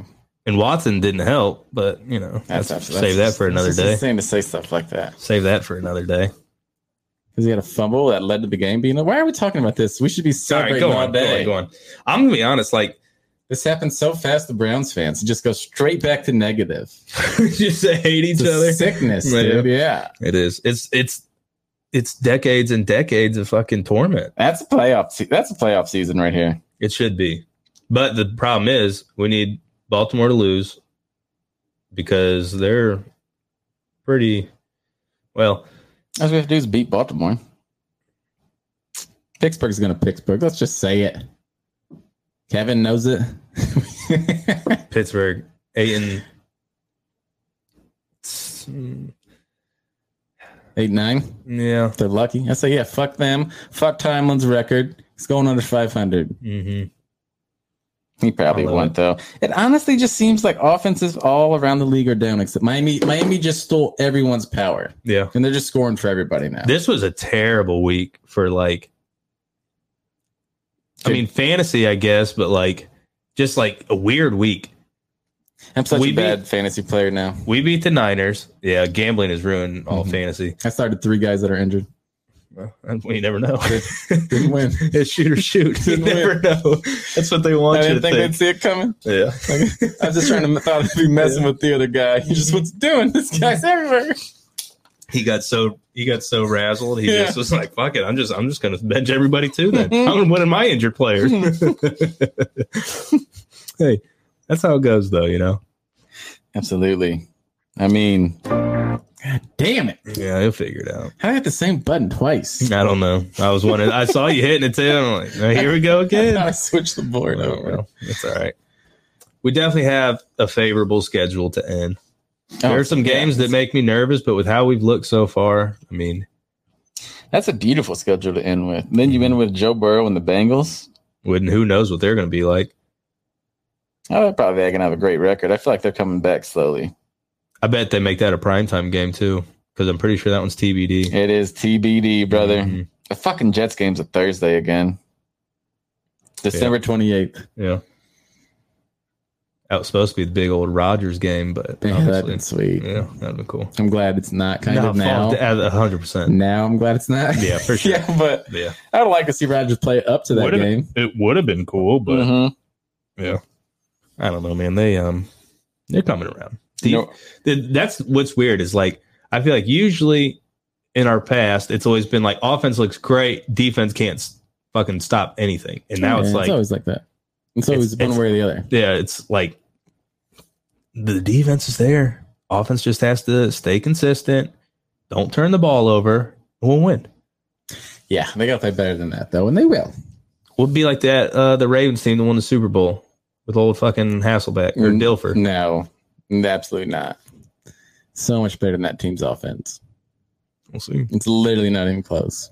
And Watson didn't help, but you know, that's,
absolutely
save that for another day.
insane to say stuff like that.
Save that for another day.
Because he had a fumble that led to the game being. Why are we talking about this? We should be
All right,
celebrating
go
all
on, go
day.
on, go on. I'm gonna be honest, like
This happened so fast. The Browns fans just go straight back to negative.
just they hate each
It's a
other.
sickness,
Yeah.
dude. Yeah,
It is. It's it's it's decades and decades of fucking torment.
that's a playoff. Se- that's a playoff season right here.
It should be. But the problem is we need Baltimore to lose because they're pretty well,
All we have to do is beat Baltimore. Pittsburgh's going to Pittsburgh. Let's just say it. Kevin knows it.
Pittsburgh, eight and Mm,
Eight nine.
yeah.
They're lucky. I say, yeah, fuck them. Fuck Tomlin's record. He's going under five hundred.
hmm
He probably
I love
won't
it.
though. It honestly just seems like offenses all around the league are down. Except Miami. Miami just stole everyone's power,
Yeah.
and they're just scoring for everybody now.
This was a terrible week for like I mean fantasy, I guess, but like just like a weird week.
I'm such
we
a
beat-
bad fantasy player now.
We beat the Niners. Yeah, gambling has ruined all
Mhm.
fantasy.
I started three guys that are injured.
Well, we never know.
Didn't win.
it's shoot or shoot. You
Didn't
never know. That's what they want
I
you
didn't
to
think they'd
think.
see it coming.
Yeah.
I was just trying to thought I'd be messing with the other guy. He just what's he doing? This guy's everywhere.
He got so he got so razzled. He
Yeah.
just was like, "Fuck it, I'm just I'm just gonna bench everybody too. Then I'm gonna win in my injured players." hey, that's how it goes, though. You know.
Absolutely. I mean, god damn it!
Yeah, he'll figure it out.
How did I hit the same button twice?
I don't know. I was wondering. I saw you hitting it too. I'm like, "Oh, here we go
I
again.
thought I switched the board
Well,
over.
well, that's all right. We definitely have a favorable schedule to end. there are some games that make me nervous, but with how we've looked so far, I mean,
That's a beautiful schedule to end with. Then you end with Joe Burrow and the Bengals.
wouldn't who knows what they're going to be like?
Oh, they're probably going to have a great record. I feel like they're coming back slowly.
I bet they make that a primetime game too, because I'm pretty sure that one's TBD.
It is TBD, brother.
Mhm.
The fucking Jets game's a Thursday again. December 28th.
Yeah, that was supposed to be the big old Rogers game, but
Yeah, that'd
obviously,
been Oh, sweet.
yeah, that'd be cool.
I'm glad it's not kind of now.
hundred percent.
Now I'm glad it's not.
Yeah, for sure.
yeah, but
Yeah,
I would like to see Rogers play up to that
Would've-
game.
it would have been cool, but
Mhm.
yeah, I don't know, man. They um, they're coming around. Do
You
you-
know,
Th- that's what's weird is like I feel like usually in our past it's always been like offense looks great, defense can't s- fucking stop anything, and now it's
yeah,
like
always like that. It's
It's-
always one
it's-
way or the other.
yeah, it's like the defense is there, offense just has to stay consistent, don't turn the ball over, and we'll win.
Yeah, they got to play better than that though, and they will.
We'll be like that uh, the Ravens team that won the Super Bowl with old fucking Hasselbeck or
Mm.
Dilfer.
No, absolutely not. So much better than that team's offense.
We'll see.
It's literally not even close.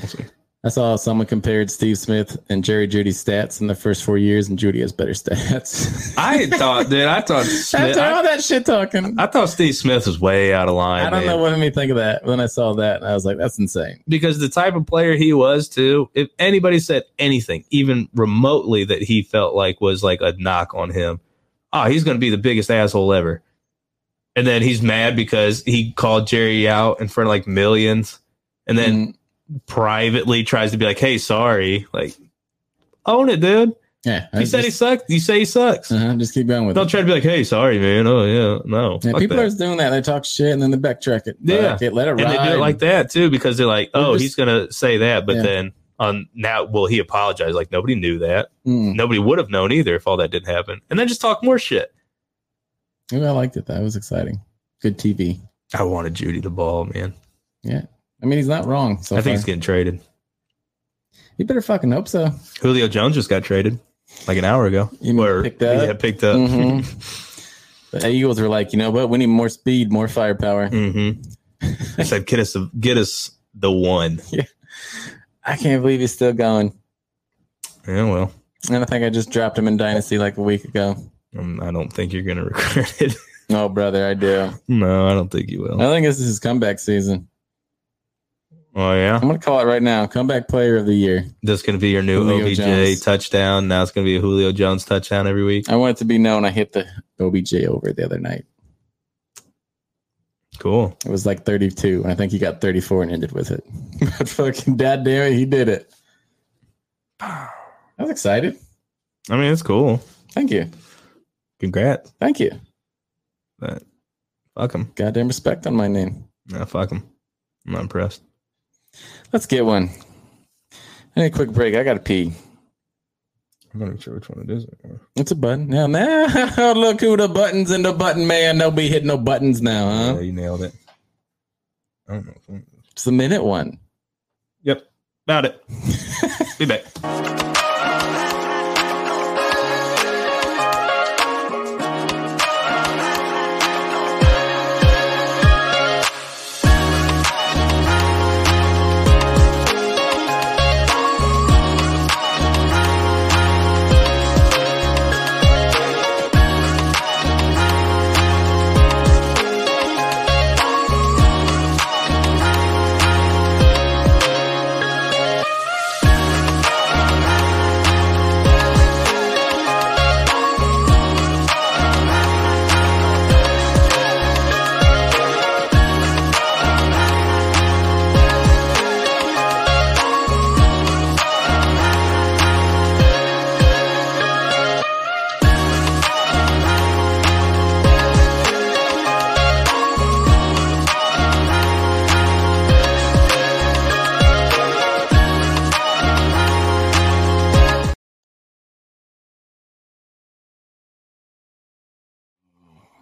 We'll see.
I saw someone compared Steve Smith and Jerry Judy's stats in the first four years, and Judy has better stats.
I thought, dude, I thought Smith,
After
I,
all that shit talking, I,
I thought Steve Smith was way out of line.
don't
man.
know what made me think of that. When I saw that, and I was like, "That's insane."
because the type of player he was too if anybody said anything even remotely that he felt like was like a knock on him oh he's going to be the biggest asshole ever and then he's mad because he called jerry out in front of like millions and then
Mm,
privately tries to be like hey sorry like own it dude
yeah,
you said he
just,
sucked you say he sucks
uh-huh, just keep going with
don't
it.
try to be like hey sorry man oh yeah no
Yeah,
Fuck
people
that.
are doing that. They talk shit and then they backtrack it.
Yeah.
Fuck it, let it
and
ride.
they do it like that too because they're like,
We're
oh,
just-
he's gonna say that, but
Yeah.
then on now, well, he apologized. Like nobody knew that.
Mm.
Nobody would have known either if all that didn't happen. And then just talk more shit.
Ooh, I liked it. That was exciting. Good TV.
I wanted Judy the ball, man.
I mean, he's not wrong. So
I think he's
far.
getting traded.
you better fucking hope so.
Julio Jones just got traded like an hour ago.
You mean
Or-
picked up?
Yeah, picked up.
Mhm. The Eagles were like, you know what? We need more speed, more firepower.
Mhm. I said, get us, the- get us the one.
I can't believe he's still going.
Yeah, well,
And I think I just dropped him in Dynasty like a week ago.
um, I don't think you're gonna regret it.
Oh, brother, I do.
no, I don't think you
I
will.
think this is his comeback season.
Oh yeah.
I'm going to call it right now. Comeback player of the year.
That's going to be your new
Julio
OBJ
Jones.
touchdown. Now it's going to be a Julio Jones touchdown every week.
I want it to be known I hit the OBJ over the other night.
Cool.
It was like 32. I think he got 34 and ended with it. But fucking dad damn it, he did it. I was excited.
I mean, it's cool.
Thank you.
Congrats.
Thank you.
But fuck him.
Goddamn respect on my name.
No, fuck him. I'm not impressed.
Let's get one. I need a quick break. I gotta pee.
I'm not even sure which one it is. anymore.
It's a button. Now, now look who the buttons and the button man. Don't be hitting no buttons now, huh?
Yeah, you nailed it. I don't know. which one it is.
It's the minute one.
Yep. About it. Be back.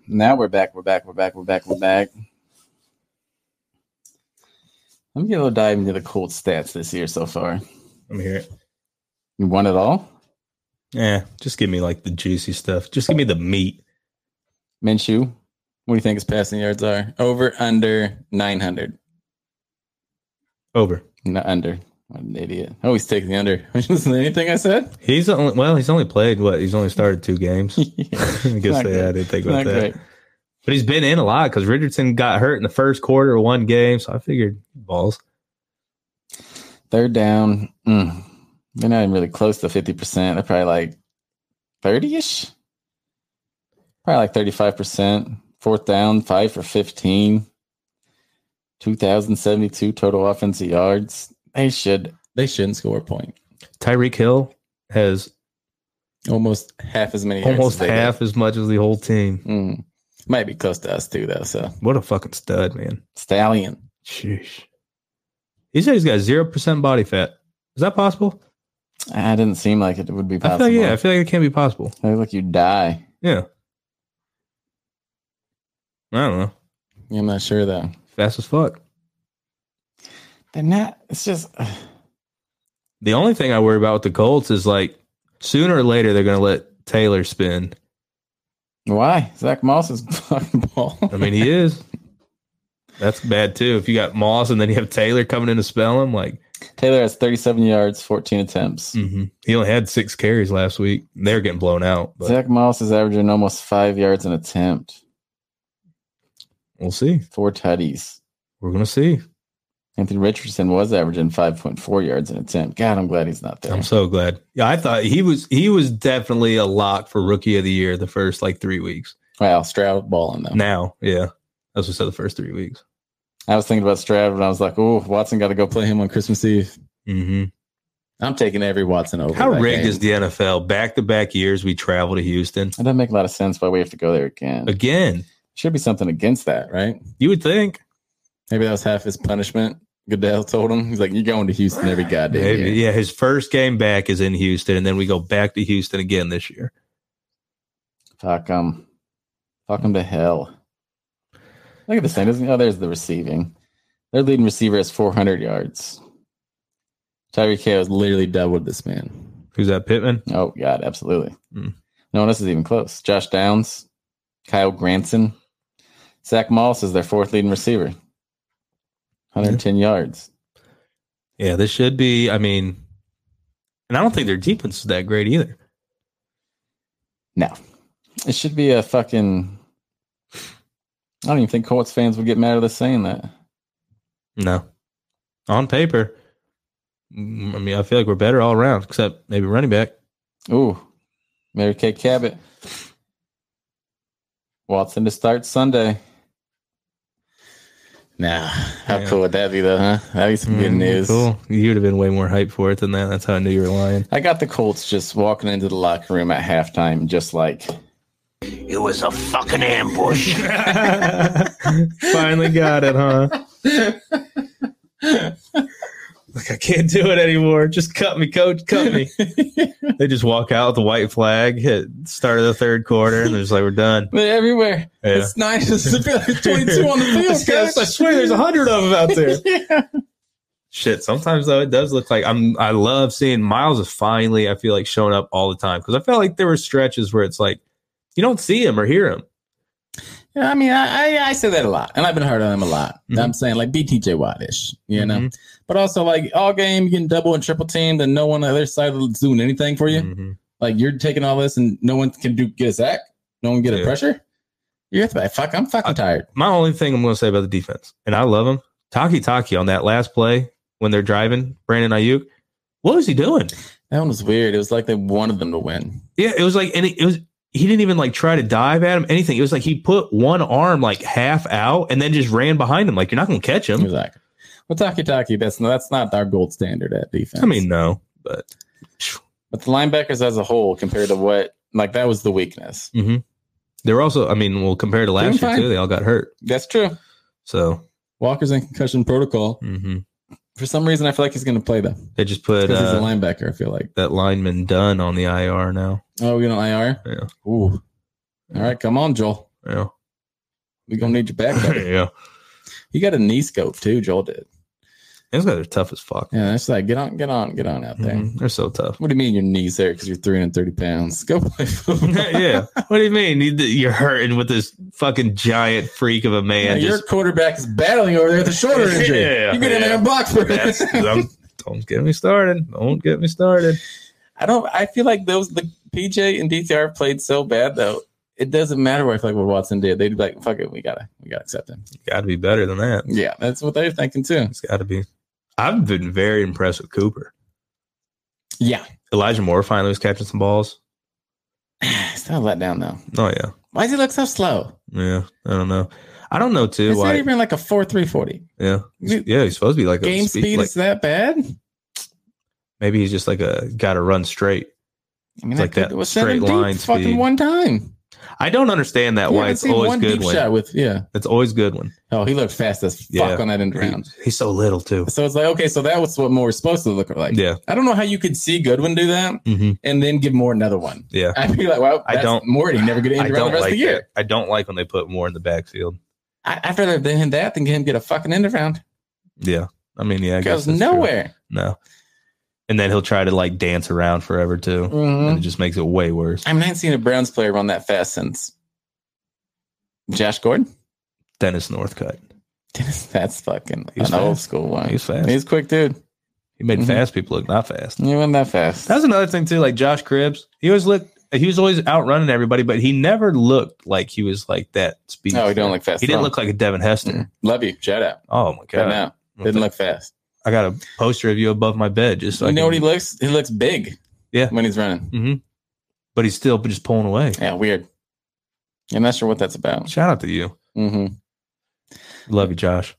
Now we're back. We're back. We're back. We're back. We're back. Let me get a little dive into the cold stats this year so far.
Let me hear it.
You won it all.
Yeah. Just give me like the juicy stuff. Just give me the meat.
Minshew, what do you think his passing yards are? Over, under, 900.
Over.
Not under. What an idiot. I always take the under. Listen to anything I said?
He's only well. He's only played what? He's only started two games.
Yeah.
I guess
Not
they
great.
I didn't think
Not
about that.
great.
But he's been in a lot because Richardson got hurt in the first quarter of one game, so I figured balls.
Third down. Mm. They're not even really close to 50%. They're probably like 30 ish. Probably like 35%. Fourth down, five for 15. 2,072 total offensive yards. They should. They shouldn't score a point.
Tyreek Hill has
Almost half as many. yards
almost
as they
half as much as the whole team.
did. Mm. Might be close to us too, though. So
What a fucking stud, man!
stallion.
Sheesh. He said he's got zero percent body fat. Is that possible?
I didn't seem like Ah, it would be possible.
I feel like, yeah, I feel like it can't be possible.
I feel like you die.
Yeah. I don't know.
I'm not sure though.
Fast as fuck.
They're not. It's just
The only thing I worry about with the Colts is like sooner or later they're going to let Taylor spin.
why Zach Moss is fucking ball.
I mean, he is. That's bad too. If you got Moss and then you have Taylor coming in to spell him, like
Taylor has 37 yards, 14
Hmm,
attempts.
he only had six carries last week. They're getting blown out, but
Zach Moss is averaging almost five yards an attempt,
we'll see.
four tutties.
We're going to see.
Anthony Richardson was averaging 5.4 yards an attempt. God, I'm glad he's not there.
I'm so glad. Yeah, I thought he was he was definitely a lock for rookie of the year the first like three weeks.
Wow, Stroud balling though.
Now, yeah, that's what I said the first three weeks.
I was thinking about Stroud, and I was like, oh, Watson got to go play him on Christmas Eve.
hmm
I'm taking every Watson over.
How
that
rigged
game.
is the NFL? Back to back years, we travel to Houston
That doesn't make a lot of sense why we have to go there again.
again.
Should be something against that, right?
You would think.
Maybe that was half his punishment. Goodell told him, he's like, you're going to Houston every goddamn
Maybe,
year.
yeah, his first game back is in Houston, and then we go back to Houston again this year.
Fuck him. Fuck him to hell. Look at this thing. Doesn't, oh, there's the receiving. Their leading receiver has 400 yards. Tyreek Hill has literally doubled this man.
Who's that, Pittman?
Oh, God, absolutely.
Hmm.
No one else is even close. Josh Downs, Kyle Granson, Zach Moss is their fourth leading receiver. 110 yards.
Yeah, this should be. I mean, and I don't think their defense is that great either.
No. It should be a fucking. I don't even think Colts fans would get mad at us saying that.
No, on paper, mm, I mean, I feel like we're better all around, except maybe running back.
Ooh, Mary Kay Cabot. Watson to start Sunday.
Nah, how
Yeah.
cool would that be, though, huh? That'd be some good
Mm,
news.
Cool. You'd have been way more hyped for it than that. That's how I knew you were lying.
I got the Colts just walking into the locker room at halftime, just like,
It was a fucking ambush.
Finally got it, huh? like I can't do it anymore. Just cut me, coach. Cut me. they just walk out with the white flag. Hit start of the third quarter, and they're just like, "We're done."
they're everywhere.
Yeah.
It's nice. It's feel like it's 22 on the field,
Yes,
guys.
I swear, there's a hundred of them out there. Shit. Sometimes though, it does look like I'm. I love seeing Miles is finally. I feel like showing up all the time because I felt like there were stretches where it's like you don't see him or hear him.
Yeah, I mean, I, I I say that a lot, and I've been hard on him a lot.
Mm-hmm.
Mhm.
I'm saying like be TJ Watt ish, you know.
Mhm.
But also like all game, you getting double and triple teamed, and no one on the other side is doing anything for you.
Mhm.
Like you're taking all this, and no one can do get a sack, no one get
Yeah.
a pressure. You're at the back. Fuck, I'm fucking
I-
tired.
my only thing I'm going to say about the defense, and I love him, Taki Taki on that last play when they're driving Brandon Ayuk. What was he doing?
That one was weird. It was like they wanted them to win.
Yeah, it was like, and it was he didn't even like try to dive at him anything. It was like he put one arm like half out and then just ran behind him. Like you're not going to catch
It was
him.
like, well, Taki Taki, that's that's not our gold standard at defense.
I mean, no, but
but the linebackers as a whole, compared to what like that was the weakness.
they were also, I mean, well, compared to
Doing
last year
fine.
too, they all got hurt.
That's true.
So
Walker's in concussion protocol.
hmm
For some reason, I feel like he's going to play though.
they just put
Because he's a
uh,
linebacker, I feel like.
that lineman Dunn on the IR now.
Oh, we don't IR?
Yeah.
Ooh. All right, come on, Joel.
Yeah,
we going to need your back. buddy.
yeah.
you got a knee scope too, Joel did.
Those guys are tough as fuck.
Yeah, that's like, get on, get on, get on out there.
Mhm. They're so tough.
What do you mean your knee's there because you're 330 pounds? Go play football.
yeah. What do you mean? You- You're hurting with this fucking giant freak of a
Yeah,
man.
your
Just,
quarterback is battling over there with a shoulder injury.
Yeah,
you get in
yeah.
there and block for
that's,
it.
I'm- don't get me started. Don't get me started.
I don't. I feel like those the PJ and DTR played so bad though. It doesn't matter what I feel like what Watson did. They'd be like, "Fuck it, we gotta, we gotta accept him."
Got to be better than that.
Yeah, that's what they're thinking too.
It's got to be. I've been very impressed with Cooper.
Yeah,
Elijah Moore finally was catching some balls.
it's not a letdown though.
Oh yeah,
Why does he look so slow?
yeah. I don't know. I don't know too.
It's not
Why?
even like a four three forty.
Yeah,
You-
yeah. He's supposed to be like
Game
a
speed,
speed. like,
is that bad? I
maybe he's just like a got to run straight.
mean,
like
could-
that
was seven
straight
deep
line
fucking
speed.
one time.
I don't understand that.
You
why
haven't
it's
seen
always
one
good
deep
when
shot with yeah.
it's always good when
Oh, he looked fast as fuck
Yeah.
on that end
He-
round.
he's so little too.
So it's like okay, so that was what more was supposed to look like.
Yeah.
I don't know how you could see Goodwin do that
hmm
and then give Moore another one.
Yeah.
I'd be like, well,
I
that's
don't-
Morty never get
I
injured around
don't
the rest
like
of the year.
that. I don't like when they put more in the backfield.
I, I'd rather than him that than him get a fucking end around.
Yeah. I mean, yeah, I guess
Goes
that's
nowhere.
true. No. And then he'll try to like dance around forever too. And it just makes it way worse.
Mm-hmm. I mean, I haven't seen a Browns player run that fast since Josh Gordon.
Dennis Northcutt.
That's fucking
He's
an old
fast.
school one.
He's fast.
He's quick, dude.
He made
Mhm.
fast people look not fast.
He went that fast.
That's another thing too. Like Josh Cribbs, he always looked he was always outrunning everybody, but he never looked like he was like that speed.
no, he don't look fast.
He
at
didn't
all.
look like a Devin Hester.
Mm. Love you. Shout out.
Oh my
But
god!
no, didn't look fast.
I got a poster of you above my bed, just so
you
I
know
can-
what he looks? He looks big.
Yeah.
When he's running.
but he's still just pulling away.
Yeah, weird. I'm not sure what that's about.
Shout out to you,
hmm
love you, Josh.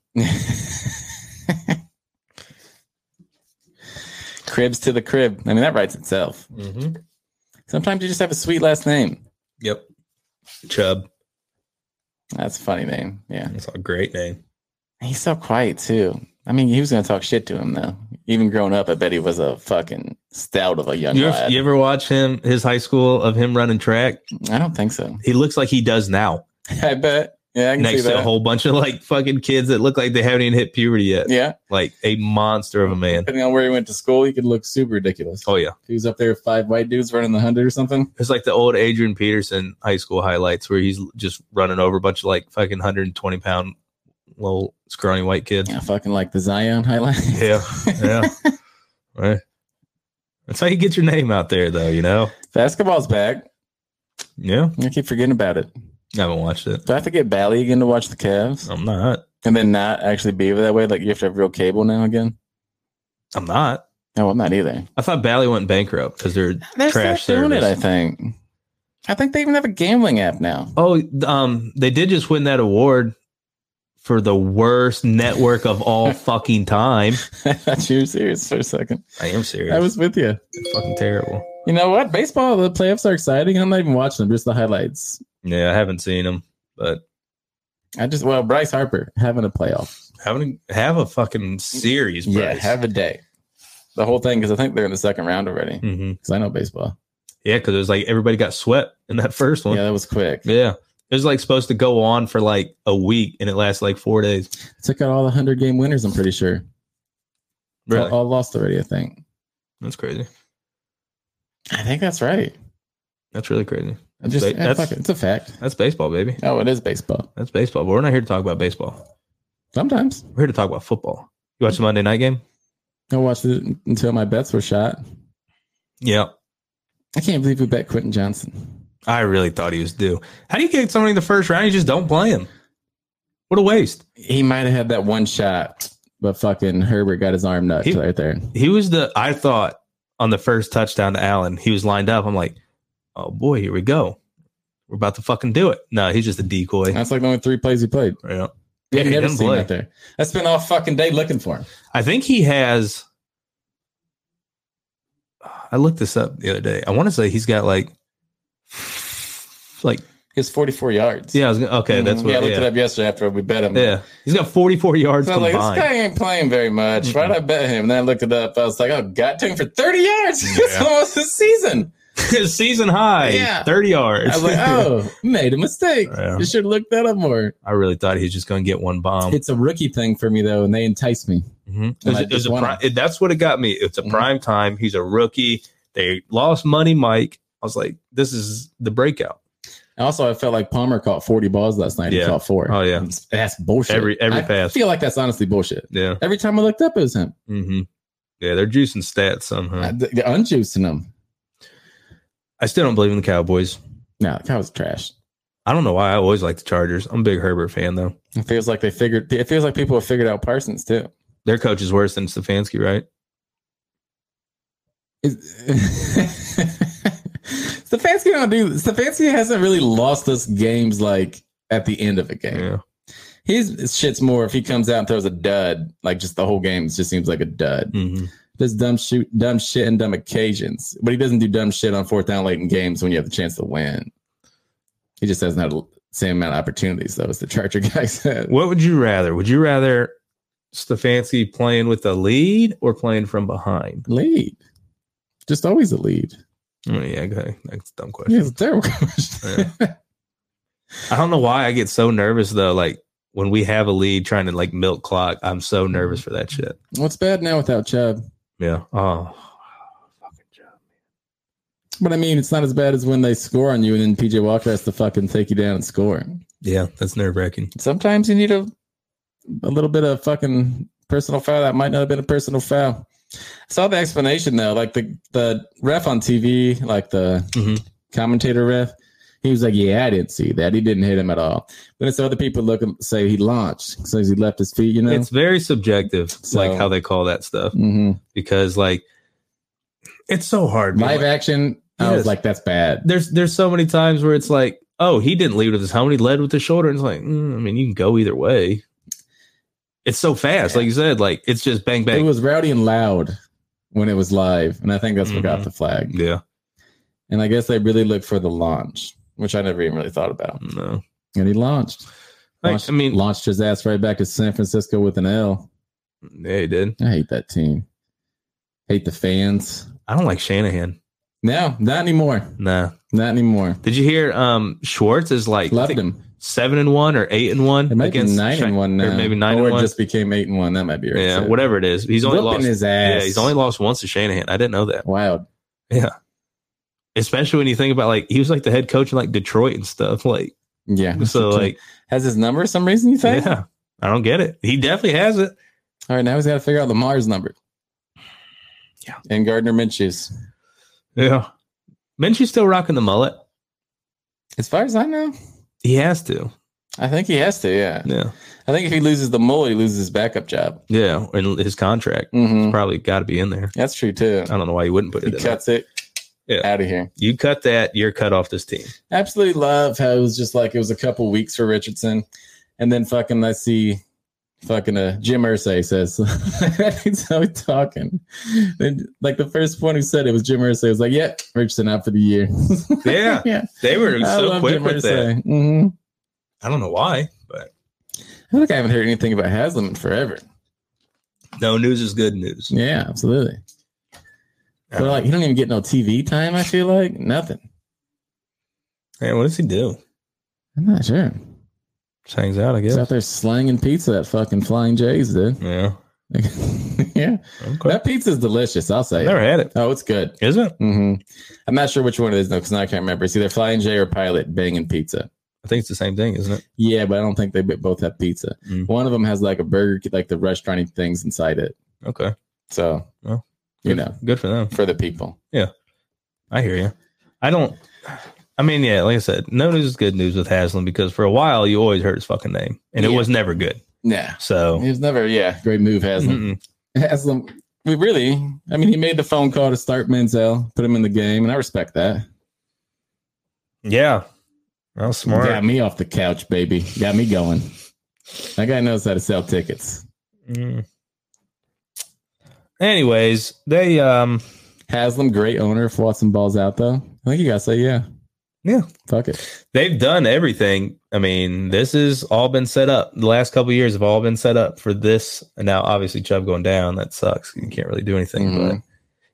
Cribs to the crib. I mean, that writes itself.
Mm-hmm.
Sometimes you just have a sweet last name.
Yep, Chubb.
That's a funny name. Yeah.
That's a great name.
He's so quiet too. I mean, he was gonna talk shit to him though. Even growing up, I bet he was a fucking stout of a young
You ever,
lad.
you ever watch him his high school of him running track?
I don't think so.
He looks like he does now,
I bet. Yeah, I can
next
see
to
that.
a whole bunch of like fucking kids that look like they haven't even hit puberty yet.
yeah,
Like a monster of a man.
depending on where he went to school, he could look super ridiculous.
Oh yeah,
If He was up there with five white dudes running the hundred or something.
it's like the old Adrian Peterson high school highlights where he's just running over a bunch of like fucking hundred and twenty pound little scrawny white kids.
Yeah, fucking like the Zion highlight.
Yeah, yeah. right. That's how you get your name out there, though. You know.
Basketball's back.
Yeah,
I keep forgetting about it.
I haven't watched it.
Do I have to get Bally again to watch the Cavs?
I'm not.
And then not actually be that way? Like you have to have real cable now again?
I'm not.
No, I'm not either.
I thought Bally went bankrupt because they're.
They're
Trash
still doing it, I
service.
think. I think they even have a gambling app now.
Oh, um, they did just win that award for the worst network of all fucking time.
I thought you were serious for a second.
I am serious.
I was with you.
It's fucking terrible.
You know what? Baseball, the playoffs are exciting. I'm not even watching them, just the highlights.
Yeah, I haven't seen them, but
I just, well, Bryce Harper having a playoff.
having have a fucking series.
Yeah,
Bryce.
have a day. The whole thing, because I think they're in the second round already.
Mhm.
Because I know baseball.
Yeah, because it was like everybody got swept in that first one.
Yeah,
Yeah.
that was quick.
It was like supposed to go on for like a week and it lasted like four days.
Took out all the 100 game winners, I'm pretty sure.
Really?
All, all lost already, I think.
That's crazy.
I think that's right.
That's really crazy.
I
That's,
just,
ba-
eh,
that's,
fuck it, it's a fact.
that's baseball, baby.
Oh, it is baseball.
That's baseball. But we're not here to talk about baseball.
Sometimes
We're here to talk about football. You watch the Monday night game?
I watched it until my bets were shot.
Yeah.
I can't believe we bet Quentin Johnson.
I really thought he was due. How do you get somebody in the first round? You just don't play him. What a waste.
He might have had that one shot, but fucking Herbert got his arm nuts
He-
right there.
He was the, I thought on the first touchdown to Allen, he was lined up. I'm like, oh boy, here we go. We're about to fucking do it. No, he's just a decoy.
That's like the only three plays he played.
Yeah.
I've
he
never
didn't
seen
play.
that there. I spent all fucking day looking for him.
I think he has. I looked this up the other day. I want to say he's got like, like
He has 44 yards.
yeah. I was gonna, okay, that's
Mhm.
what.
yeah, I looked
Yeah,
it up yesterday after we bet him.
yeah. He's got forty four yards
So I was
combined.
like, this guy ain't playing very much. Why'd I bet him? And then I looked it up. I was like, oh, God, took him for 30 yards. That's
Yeah.
almost the season.
season high,
Yeah.
30 yards.
I was like, oh, made a mistake.
Yeah. Um,
You should have looked that up more.
I really thought he was just going to get one bomb.
It's a rookie thing for me, though, and they entice me.
Mhm. It
And
was-
I
it was
just
a
won
pri- it- that's what it got me. It's a
Mhm.
prime time. He's a rookie. They lost money, Mike. I was like, this is the breakout.
Also, I felt like Palmer caught 40 balls last night. He
Yeah.
caught four.
Oh, yeah.
That's bullshit.
Every- every
I
pass.
feel like that's honestly bullshit.
Yeah.
Every time I looked up, it was him.
hmm Yeah, they're juicing stats somehow.
I- They're unjuicing him.
I still don't believe in the Cowboys.
No, that was trash.
I don't know why I always like the Chargers. I'm a big Herbert fan though.
It feels like they figured. It feels like people have figured out Parsons too.
Their coach is worse than Stefanski, right?
Is- Stefanski don't do. Stefanski hasn't really lost us games like at the end of a game.
Yeah.
His shit's more if he comes out and throws a dud, like just the whole game just seems like a dud.
hmm
Does dumb shoot, dumb shit, and dumb occasions, but he doesn't do dumb shit on fourth down late in games when you have the chance to win. He just doesn't have the same amount of opportunities though as the Charger guys have.
What would you rather? Would you rather Stefanski playing with a lead or playing from behind?
lead. Just always a lead.
Oh, yeah, okay. That's a dumb question.
Yeah, it's a terrible question.
I don't know why I get so nervous though. Like when we have a lead trying to like milk clock, I'm so nervous for that shit.
What's bad now without Chubb?
Yeah. Oh.
But I mean, it's not as bad as when they score on you and then PJ Walker has to fucking take you down and score.
Yeah, that's nerve wracking.
Sometimes you need a a little bit of fucking personal foul that might not have been a personal foul. I saw the explanation though, like the the ref on TV, like the
Mhm.
commentator ref. He was like, "Yeah, I didn't see that. He didn't hit him at all." Then it's other people look and say he launched, says he left his feet. You know,
It's very subjective, like
So-
how they call that stuff.
mm-hmm.
Because like it's so hard. man.
live action. I was
Yes.
like, that's bad.
there's there's so many times where it's like, oh, he didn't lead with his helmet, he led with his shoulder. And it's like, mm, I mean, you can go either way. It's so fast, like you said, like it's just bang
It
bang.
was rowdy and loud when it was live, and I think that's what got
Mhm.
the flag.
yeah,
And I guess they really looked for the launch, which I never even really thought about.
no,
And he launched.
Like,
Launched-
I mean,
launched his ass right back to San Francisco with an L.
yeah, he did.
I hate that team. Hate the fans.
I don't like Shanahan.
No, not anymore.
Nah.
Not anymore.
Did you hear? Um, Schwartz is like I
Loved
think,
him.
seven and one or eight and one
It might be
against
nine
Shan-
and one now.
or maybe nine
or
and
it
one.
just became eight and one. That might be right.
yeah,
too.
whatever it is. He's only
Whooping
lost.
his ass.
Yeah, he's only lost once to Shanahan. I didn't know that.
wild.
Especially when you think about like he was like the head coach in like Detroit and stuff. Like
Yeah.
so, like
has his number for some reason? You think?
Yeah, I don't get it. He definitely has it.
All right, now he's got to figure out Lamar's number.
Yeah.
And Gardner Minshew's.
Yeah, Minshew's still rocking the mullet.
As far as I know,
He has to.
I think he has to. Yeah.
Yeah,
I think if he loses the mullet, he loses his backup job.
yeah, and his contract
Mm-hmm.
probably got to be in there.
That's true too.
I don't Oh, know why you wouldn't put
He
it in. there.
cuts it.
Yeah.
Out of here.
You cut that, you're cut off this team.
Absolutely love how it was just like it was a couple weeks for Richardson. And then fucking I see fucking uh, Jim Ursay says he's always talking. And like the first one who said it was Jim Ursay was like, Yep, Richardson out for the year.
Yeah.
yeah.
They were
I
so
love
quick
Jim
with that.
Irsay. Mhm.
I don't know why, but
I feel like I haven't heard anything about Haslam in forever.
no news is good news.
Yeah, absolutely. But like he don't even get no TV time, I feel like. Nothing.
Man, what does he do?
I'm not sure.
Just hangs out, I
He's
guess.
out there slanging pizza at fucking Flying J's, dude.
Yeah.
yeah.
Okay.
That pizza's delicious, I'll say. it.
Never had it.
Oh, it's good.
Is it?
hmm I'm not sure which one it is, though, because I can't remember. It's either Flying J or Pilot Banging Pizza.
I think it's the same thing, isn't it?
Yeah, but I don't think they b- both have pizza.
Mm.
One of them has like a burger, like the restauranty things inside it.
Okay.
So,
Well,
you know,
Good for them.
for the people.
I hear you. I don't. I mean, yeah, like I said, no news is good news with Haslam because for a while you always heard his fucking name, and it
Yeah.
was never good.
Yeah.
So,
He was never, yeah, great move, Haslam.
Oh. mm-mm.
Haslam, we really, I mean, he made the phone call to start Menzel, put him in the game, and I respect that.
yeah, that was smart.
Got me off the couch, baby. Got me going. That guy knows how to sell tickets.
Mm. Anyways, they um,
Haslam, great owner. If Watson balls out, though, I think you gotta say yeah.
Yeah.
Fuck it.
they've done everything. I mean, this has all been set up. The last couple of years have all been set up for this, and now obviously Chubb going down that sucks. You can't really do anything, but
Mhm.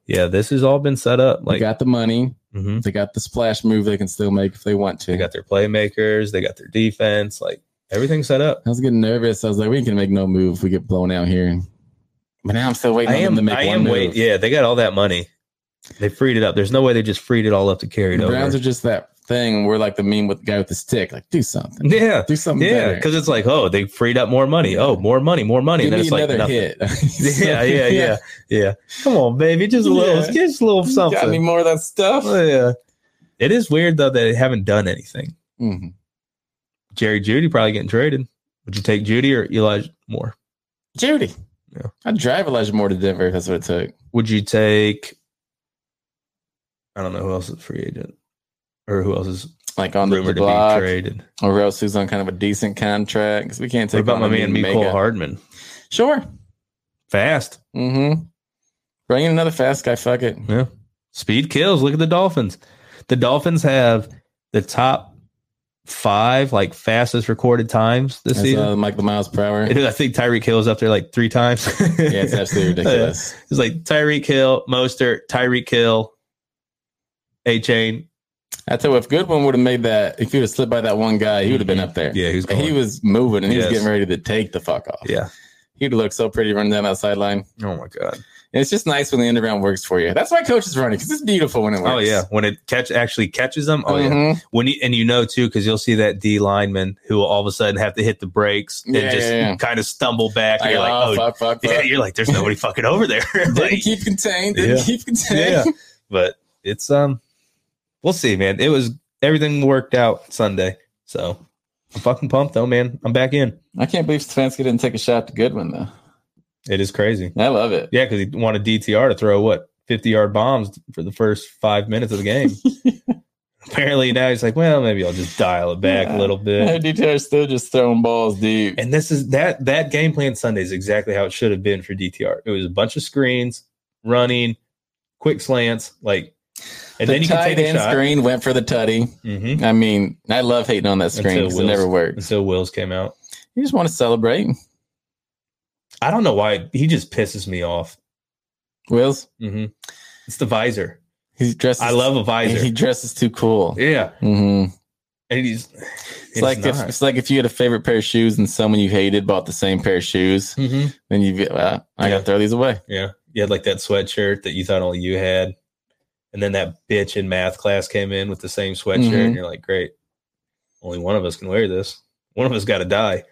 yeah, this has all been set up.
they
Like,
got the money.
mhm.
They got the splash move they can still make if they want to.
they got their playmakers, they got their defense, like everything set up.
I was getting nervous. I was like, we can make no move if we get blown out here. But now I'm still waiting
I
on
am.
them to make
I
one
am
move.
wait. Yeah, they got all that money. They freed it up. There's no way they just freed it all up to carry it
The Browns
over.
are just that thing. We're like the meme with the guy with the stick. Like, do something.
yeah,
Do something.
yeah.
better.
Because it's like, oh, they freed up more money. Oh, more money, more money.
Give
And then
me
it's like
another
nothing.
hit.
Yeah, yeah, yeah, yeah. Come on, baby, just a little,
Yeah.
just a little
Got me
something. Oh,
more of that stuff.
Yeah. It is weird though that they haven't done anything.
Mhm.
Jerry Judy probably getting traded. Would you take Judy or Elijah Moore?
Judy.
Yeah.
I'd drive Elijah Moore to Denver if that's what it took.
Would you take? I don't know who else is free agent, or who else is
Like on the
rumored to be
block.
traded.
or else who's on kind of a decent contract because we can't
What
take
about
on
my
a
man
new
Nicole
mega-
Hardman?
Sure.
Fast.
Mm-hmm. Bring in another fast guy. Fuck it.
Yeah. Speed kills. Look at the Dolphins. The Dolphins have the top five like fastest recorded times this
That's
season.
uh, like the miles per hour.
I think Tyreek Hill is up there like three times.
Yeah, it's absolutely ridiculous.
It's like Tyreek Hill, Mostert, Tyreek Hill, A Chain.
I tell you, what, if Goodwin would have made that, if he would have slipped by that one guy, he would have been up there.
Yeah, he was
And he
going.
was moving and he
Yes.
was getting ready to take the fuck off.
Yeah.
He'd look so pretty running down that sideline.
Oh my god.
And it's just nice when the underground works for you. That's why coaches run it because it's beautiful when it works.
Oh yeah. When it catch actually catches them. Oh yeah.
Mhm.
when you and you know too because you'll see that D lineman who will all of a sudden have to hit the brakes and
Yeah,
just
yeah, yeah.
kind of stumble back.
Like,
and you're like,
oh,
oh,
fuck, fuck, fuck.
yeah, you're like, there's nobody fucking over there.
Didn't
Like,
keep contained. Didn't
Yeah.
keep contained.
yeah, but it's um, we'll see, man. It was everything worked out Sunday, so I'm fucking pumped though, man. I'm back in.
I can't believe Stefanski didn't take a shot to Goodwin though.
It is crazy.
I love it.
Yeah, because he wanted DTR to throw what 50 yard bombs for the first five minutes of the game. Apparently now he's like, well, maybe I'll just dial it back a
Yeah.
little bit.
Yeah. DTR still just throwing balls deep.
And this is that that game plan Sunday is exactly how it should have been for DTR. It was a bunch of screens, running, quick slants, like, and
the
then you can
tight
take a
end
shot.
screen went for the tutty.
hmm
I mean, I love hating on that screen
Until
because it
Wills-
never works.
Until Wills came out,
You just want to celebrate.
I don't know why he just pisses me off.
Wills,
hmm It's the visor.
he dresses.
I love a
He
visor.
dresses too cool.
Yeah,
hmm
and he's
It's, like if, it's like if you had a favorite pair of shoes and someone you hated bought the same pair of shoes,
hmm
then you get, well, I
Yeah.
gotta throw these away.
Yeah. You had like that sweatshirt that you thought only you had. And then that bitch in math class came in with the same sweatshirt. And
Mhm.
you're like, great. Only one of us can wear this. One of us got to die.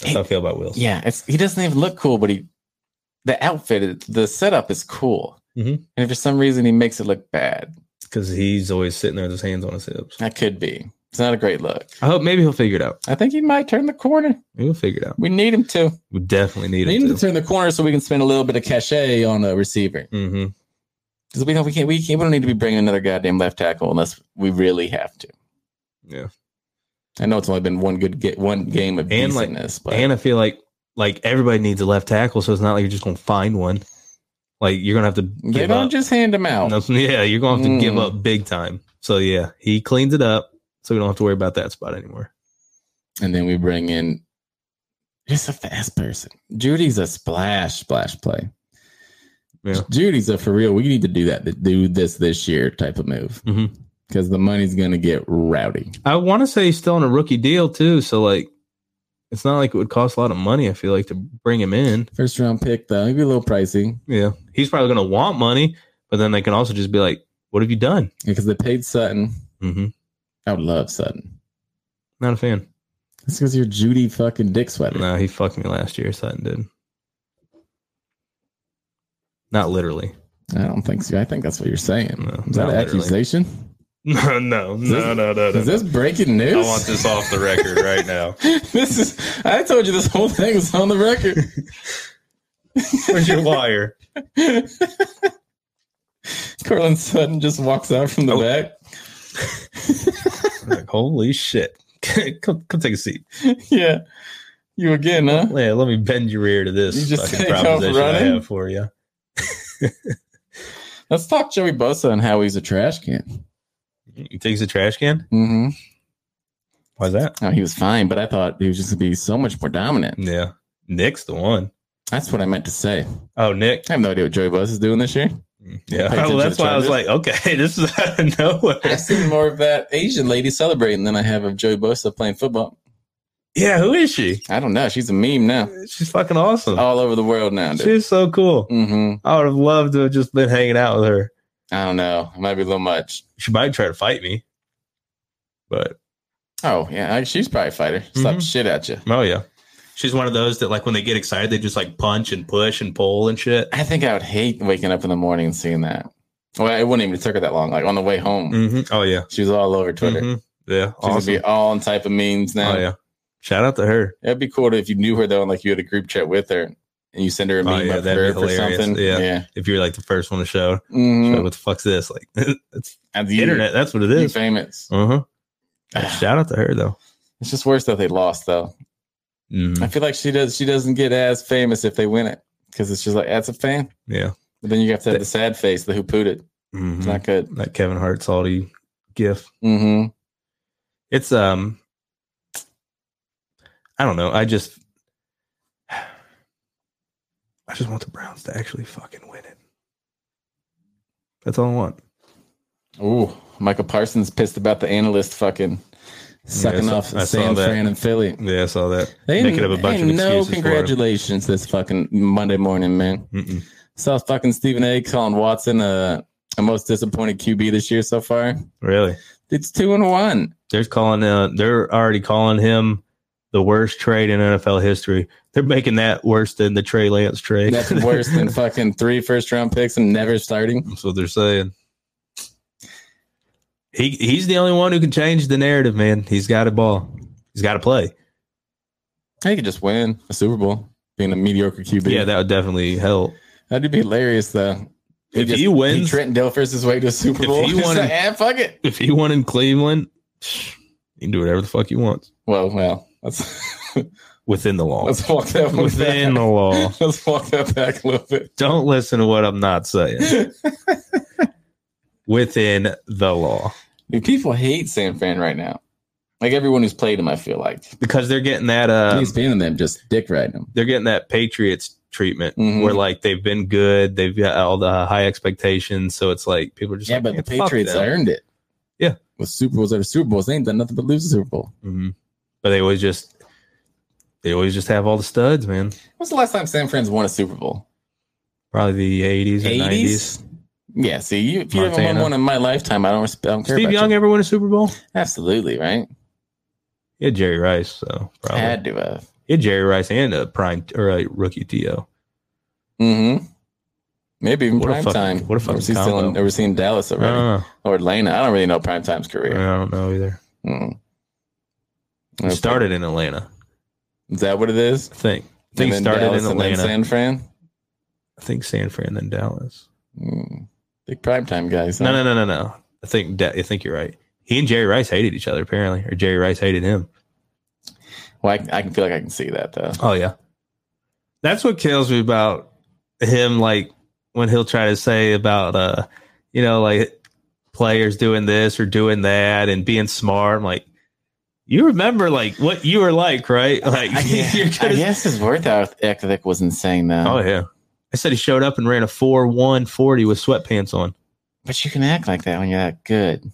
That's how I feel about Wills.
Yeah, it's he doesn't even look cool, but he the outfit, the setup is cool.
Mhm.
And for some reason, he makes it look bad.
Because he's always sitting there with his hands on his hips.
That could be. It's not a great look.
I hope maybe he'll figure it out.
I think he might turn the corner.
Maybe he'll figure it out.
We need him to.
We definitely need
We need
him
him to
to.
turn the corner so we can spend a little bit of cachet on a receiver.
hmm
Because we don't, we can't, we can't, we don't need to be bringing another goddamn left tackle unless we really have to.
Yeah.
I know it's only been one good get one game of
And, like-
decentness, but
And I feel like like everybody needs a left tackle, so it's not like you're just gonna find one. Like you're gonna have to
they
give
don't
up.
just hand them out.
No, yeah, you're gonna have to give
Mm.
up big time. So yeah, he cleans it up, so we don't have to worry about that spot anymore.
And then we bring in just a fast person. Judy's a splash splash play.
Yeah.
Judy's a for real. We need to do that. to Do this this year type of move
Mhm.
because the money's gonna get rowdy.
I want to say he's still on a rookie deal too, so like it's not like it would cost a lot of money. I feel like to bring him in.
First round pick though, he'd be a little pricey
Yeah, he's probably gonna want money, but then they can also just be like, "What have you done?"
because they paid Sutton.
hmm
I would love Sutton.
Not a fan.
That's because you're Judy fucking dick sweater.
No, he fucked me last year. Sutton did. Not literally.
I don't think so. I think that's what you're saying.
No,
Is that
not
an
literally.
accusation?
No, no,
no,
no,
Is this breaking news?
uh, this off the record right now.
this is. I told you this whole thing was on the record.
Where's your wire?
Corlin Sutton just walks out from the
Oh.
back.
Like, holy shit. come, come take a seat.
yeah, you again, huh?
Yeah, let me bend your ear to
You
this
just
fucking
take off
proposition I
running?
have for you.
Let's talk Joey Bosa and how he's a trash can.
He takes a trash can?
Mm-hmm.
Why's that?
Oh, he was fine, but I thought he was just gonna be so much more dominant.
Yeah. Nick's the one.
That's what I meant to say.
Oh, Nick. Mm,
I have no idea what Joey Bosa is doing this year.
Yeah.
Pay attention
Well, that's
to
why I was like,
Travis.
okay, this is out of nowhere.
I've seen more of that Asian lady celebrating than I have of Joey Bosa playing football.
Yeah, who is she?
I don't know. She's a meme now,
She's fucking awesome.
all over the world now, dude.
She's so cool.
Mm-hmm.
I would have loved to have just been hanging out with her.
I don't know. It might be a little much.
She might try to fight me. But
Oh yeah, I, she's probably a fighter. Slap
Mhm.
shit at you.
oh yeah. She's one of those that like when they get excited, they just like punch and push and pull and shit.
I think I would hate waking up in the morning and seeing that. Well, it wouldn't even took her that long. Like on the way home,
hmm Oh yeah.
she was all over Twitter.
Mhm. Yeah.
Mm-hmm. She's gonna be all in type of memes now.
Oh yeah. Shout out to her.
It'd be cool if you knew her though, and like you had a group chat with her, and you send her a meme
Oh, yeah,
of
that'd
her
be
for
hilarious.
something.
Yeah.
yeah.
If you're like the first one to show,
Mhm.
show what the fuck's this? Like it's
And
the
you-
internet. That's what it
You Ah.
is.
famous.
Uh huh. Shout out to her though.
It's just worse that they lost though.
Mm,
I feel like she does. She doesn't get as famous if they win it because it's just like that's a fan.
yeah.
But then you have to have the sad face, the who pooed it.
Mhm.
It's not good.
That Kevin Hart salty gif.
hmm
It's um. I don't know. I just. I just want the Browns to actually fucking win it. That's all I want.
Ooh, Michael Parsons pissed about the analyst fucking sucking
I saw-
off
I saw
San
that.
Fran and Philly.
Yeah, I saw that.
They
Making up a bunch
ain't
of
no
excuses for him.
congratulations this fucking Monday morning, man.
Mm-mm.
Saw fucking Stephen A. calling Watson a, a most disappointed QB this year so far.
Really.
It's two and one.
They're calling. Uh, they're already calling him the worst trade in NFL history. They're making that worse than the Trey Lance trade.
That's worse than fucking three first round picks and never starting.
That's what they're saying. He he's the only one who can change the narrative, man. He's got a ball. He's got to play.
They could just win a Super Bowl being a mediocre QB.
Yeah, that would definitely help.
that'd be hilarious though.
If he wins-
Trent Dilfer's his way to a Super
If
Bowl.
he
Just
won-
like, "Eh, fuck it.
If he won in Cleveland, he can do whatever the fuck he wants
Well, well, let's
within the law.
let's walk that one
Within the
back.
law.
Let's walk that back a little bit.
Don't listen to what I'm not saying. within the law,
Dude, people hate San Fran right now. Like everyone who's played him, I feel like
because they're getting that. Uh,
he's being them just dick riding him.
they're getting that Patriots treatment
Mhm.
where like they've been good, they've got all the high expectations, so it's like people are just
Yeah,
like,
but
"Man,
the
fuck
Patriots
them."
earned it.
Yeah.
with Super Bowls over Super Bowls, they ain't done nothing but lose the Super Bowl.
Mhm. But they always just they always just have all the studs, man.
When's the last time San Fran's won a Super Bowl?
Probably the eighties or nineties.
Yeah. See, you, if you haven't won
Montana.
one in my lifetime, I don't respect. I don't care
Steve
about
Young
you.
ever win a Super Bowl?
Absolutely right.
He had Jerry Rice, so probably
Had to have.
he had Jerry Rice and a prime or a rookie TO.
Mm-hmm. Maybe even
What a
prime
fucking-
time.
what a
Or was he
fucking
still in,
combo.
or was he in Dallas
I don't
already
know.
or Atlanta? I don't really know prime time's
I
career.
don't know either.
Hmm.
Mm.
He started in Atlanta,
Is that what it is?
I think. I think he
And then
started
Dallas
in
and then
Atlanta.
San Fran.
I think San Fran, then Dallas.
Hmm.
Mm. Big primetime guys.
No, no, no, no, no. I think da- I think you're right. He and Jerry Rice hated each other apparently, or Jerry Rice hated him.
Well, I, I can feel like I can see that though.
Oh yeah, that's what kills me about him. Like when he'll try to say about uh, you know, like players doing this or doing that and being smart. I'm like, you remember like what you were like, right? Like
I, guess-
you're
I
gonna-
guess his worth ethic was insane though.
Oh yeah. I said he showed up and ran a four one forty with sweatpants on.
But you can act like that when you're that good.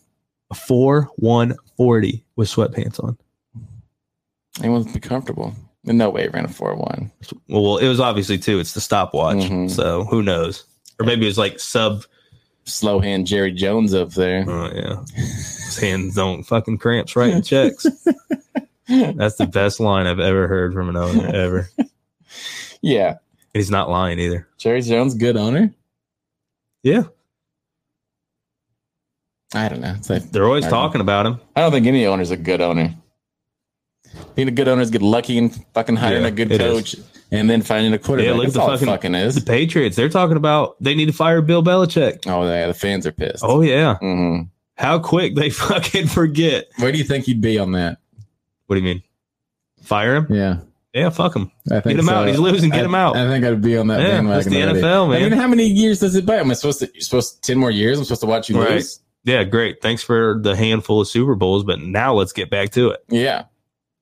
A four one forty with sweatpants on.
He wants to be comfortable. In no way, he ran a four one.
Well, it was obviously two. It's the stopwatch,
Mhm.
so who knows? Or maybe it was like sub.
Slow hand Jerry Jones up there.
Oh yeah, his hands don't fucking cramps writing checks. That's the best line I've ever heard from an owner ever. And
Yeah,
he's not lying either.
Jerry Jones, good owner.
Yeah,
I don't know. It's like
they're always
I know.
talking about him.
I don't think any owner's a good owner. Being a good owner is get lucky and fucking hiring
Yeah,
a good
it
coach and then finding a quarterback.
Yeah, look at
That's
the
all
fucking-
it fucking
The
is.
Patriots, they're talking about they need to fire Bill Belichick.
Oh, yeah, the fans are pissed.
Oh yeah,
hmm
how quick they fucking forget.
Where do you think he'd be on that?
What do you mean? Fire him?
Yeah,
Yeah, fuck him.
I think
Get him
so.
out. He's losing. Get
I-
him out.
I think I'd be on that
Yeah, that's
bandwagon.
the
already.
NFL,
I
man.
mean, how many years does it bite? Am I supposed to? You're supposed to ten more years? I'm supposed to watch you
Right.
lose?
Yeah, great. Thanks for the handful of Super Bowls, but now let's get back to it.
Yeah.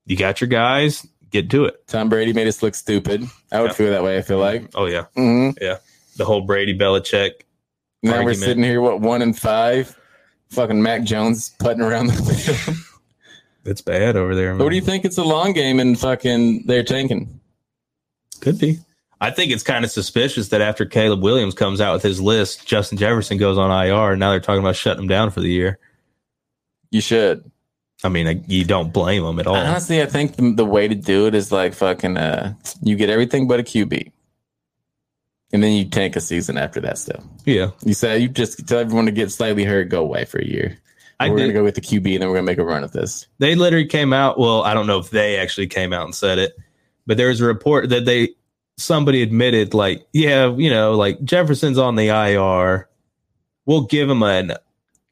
You got your guys. Get to it.
Tom Brady made us look stupid. I would
Yeah.
feel that way. I feel like.
Oh yeah,
Mm-hmm.
the whole Brady Belichick.
Now
argument.
we're sitting here, what one and five? Fucking Mac Jones putting around the field.
It's bad over there.
but what
man.
do you think? It's a long game, and fucking they're tanking.
Could be. I think it's kind of suspicious that after Caleb Williams comes out with his list, Justin Jefferson goes on IR, and now they're talking about shutting him down for the year.
You should.
I mean, I, you don't blame him at all.
Honestly, I think the, the way to do it is like fucking. Uh, you get everything but a QB, and then you tank a season after that. Still,
yeah,
you say you just tell everyone to get slightly hurt, go away for a year.
I
we're
did,
gonna go with the QB, and then we're gonna make a run at this.
they literally came out. Well, I don't know if they actually came out and said it, but there was a report that they somebody admitted, like, yeah, you know, like Jefferson's on the IR. We'll give him an,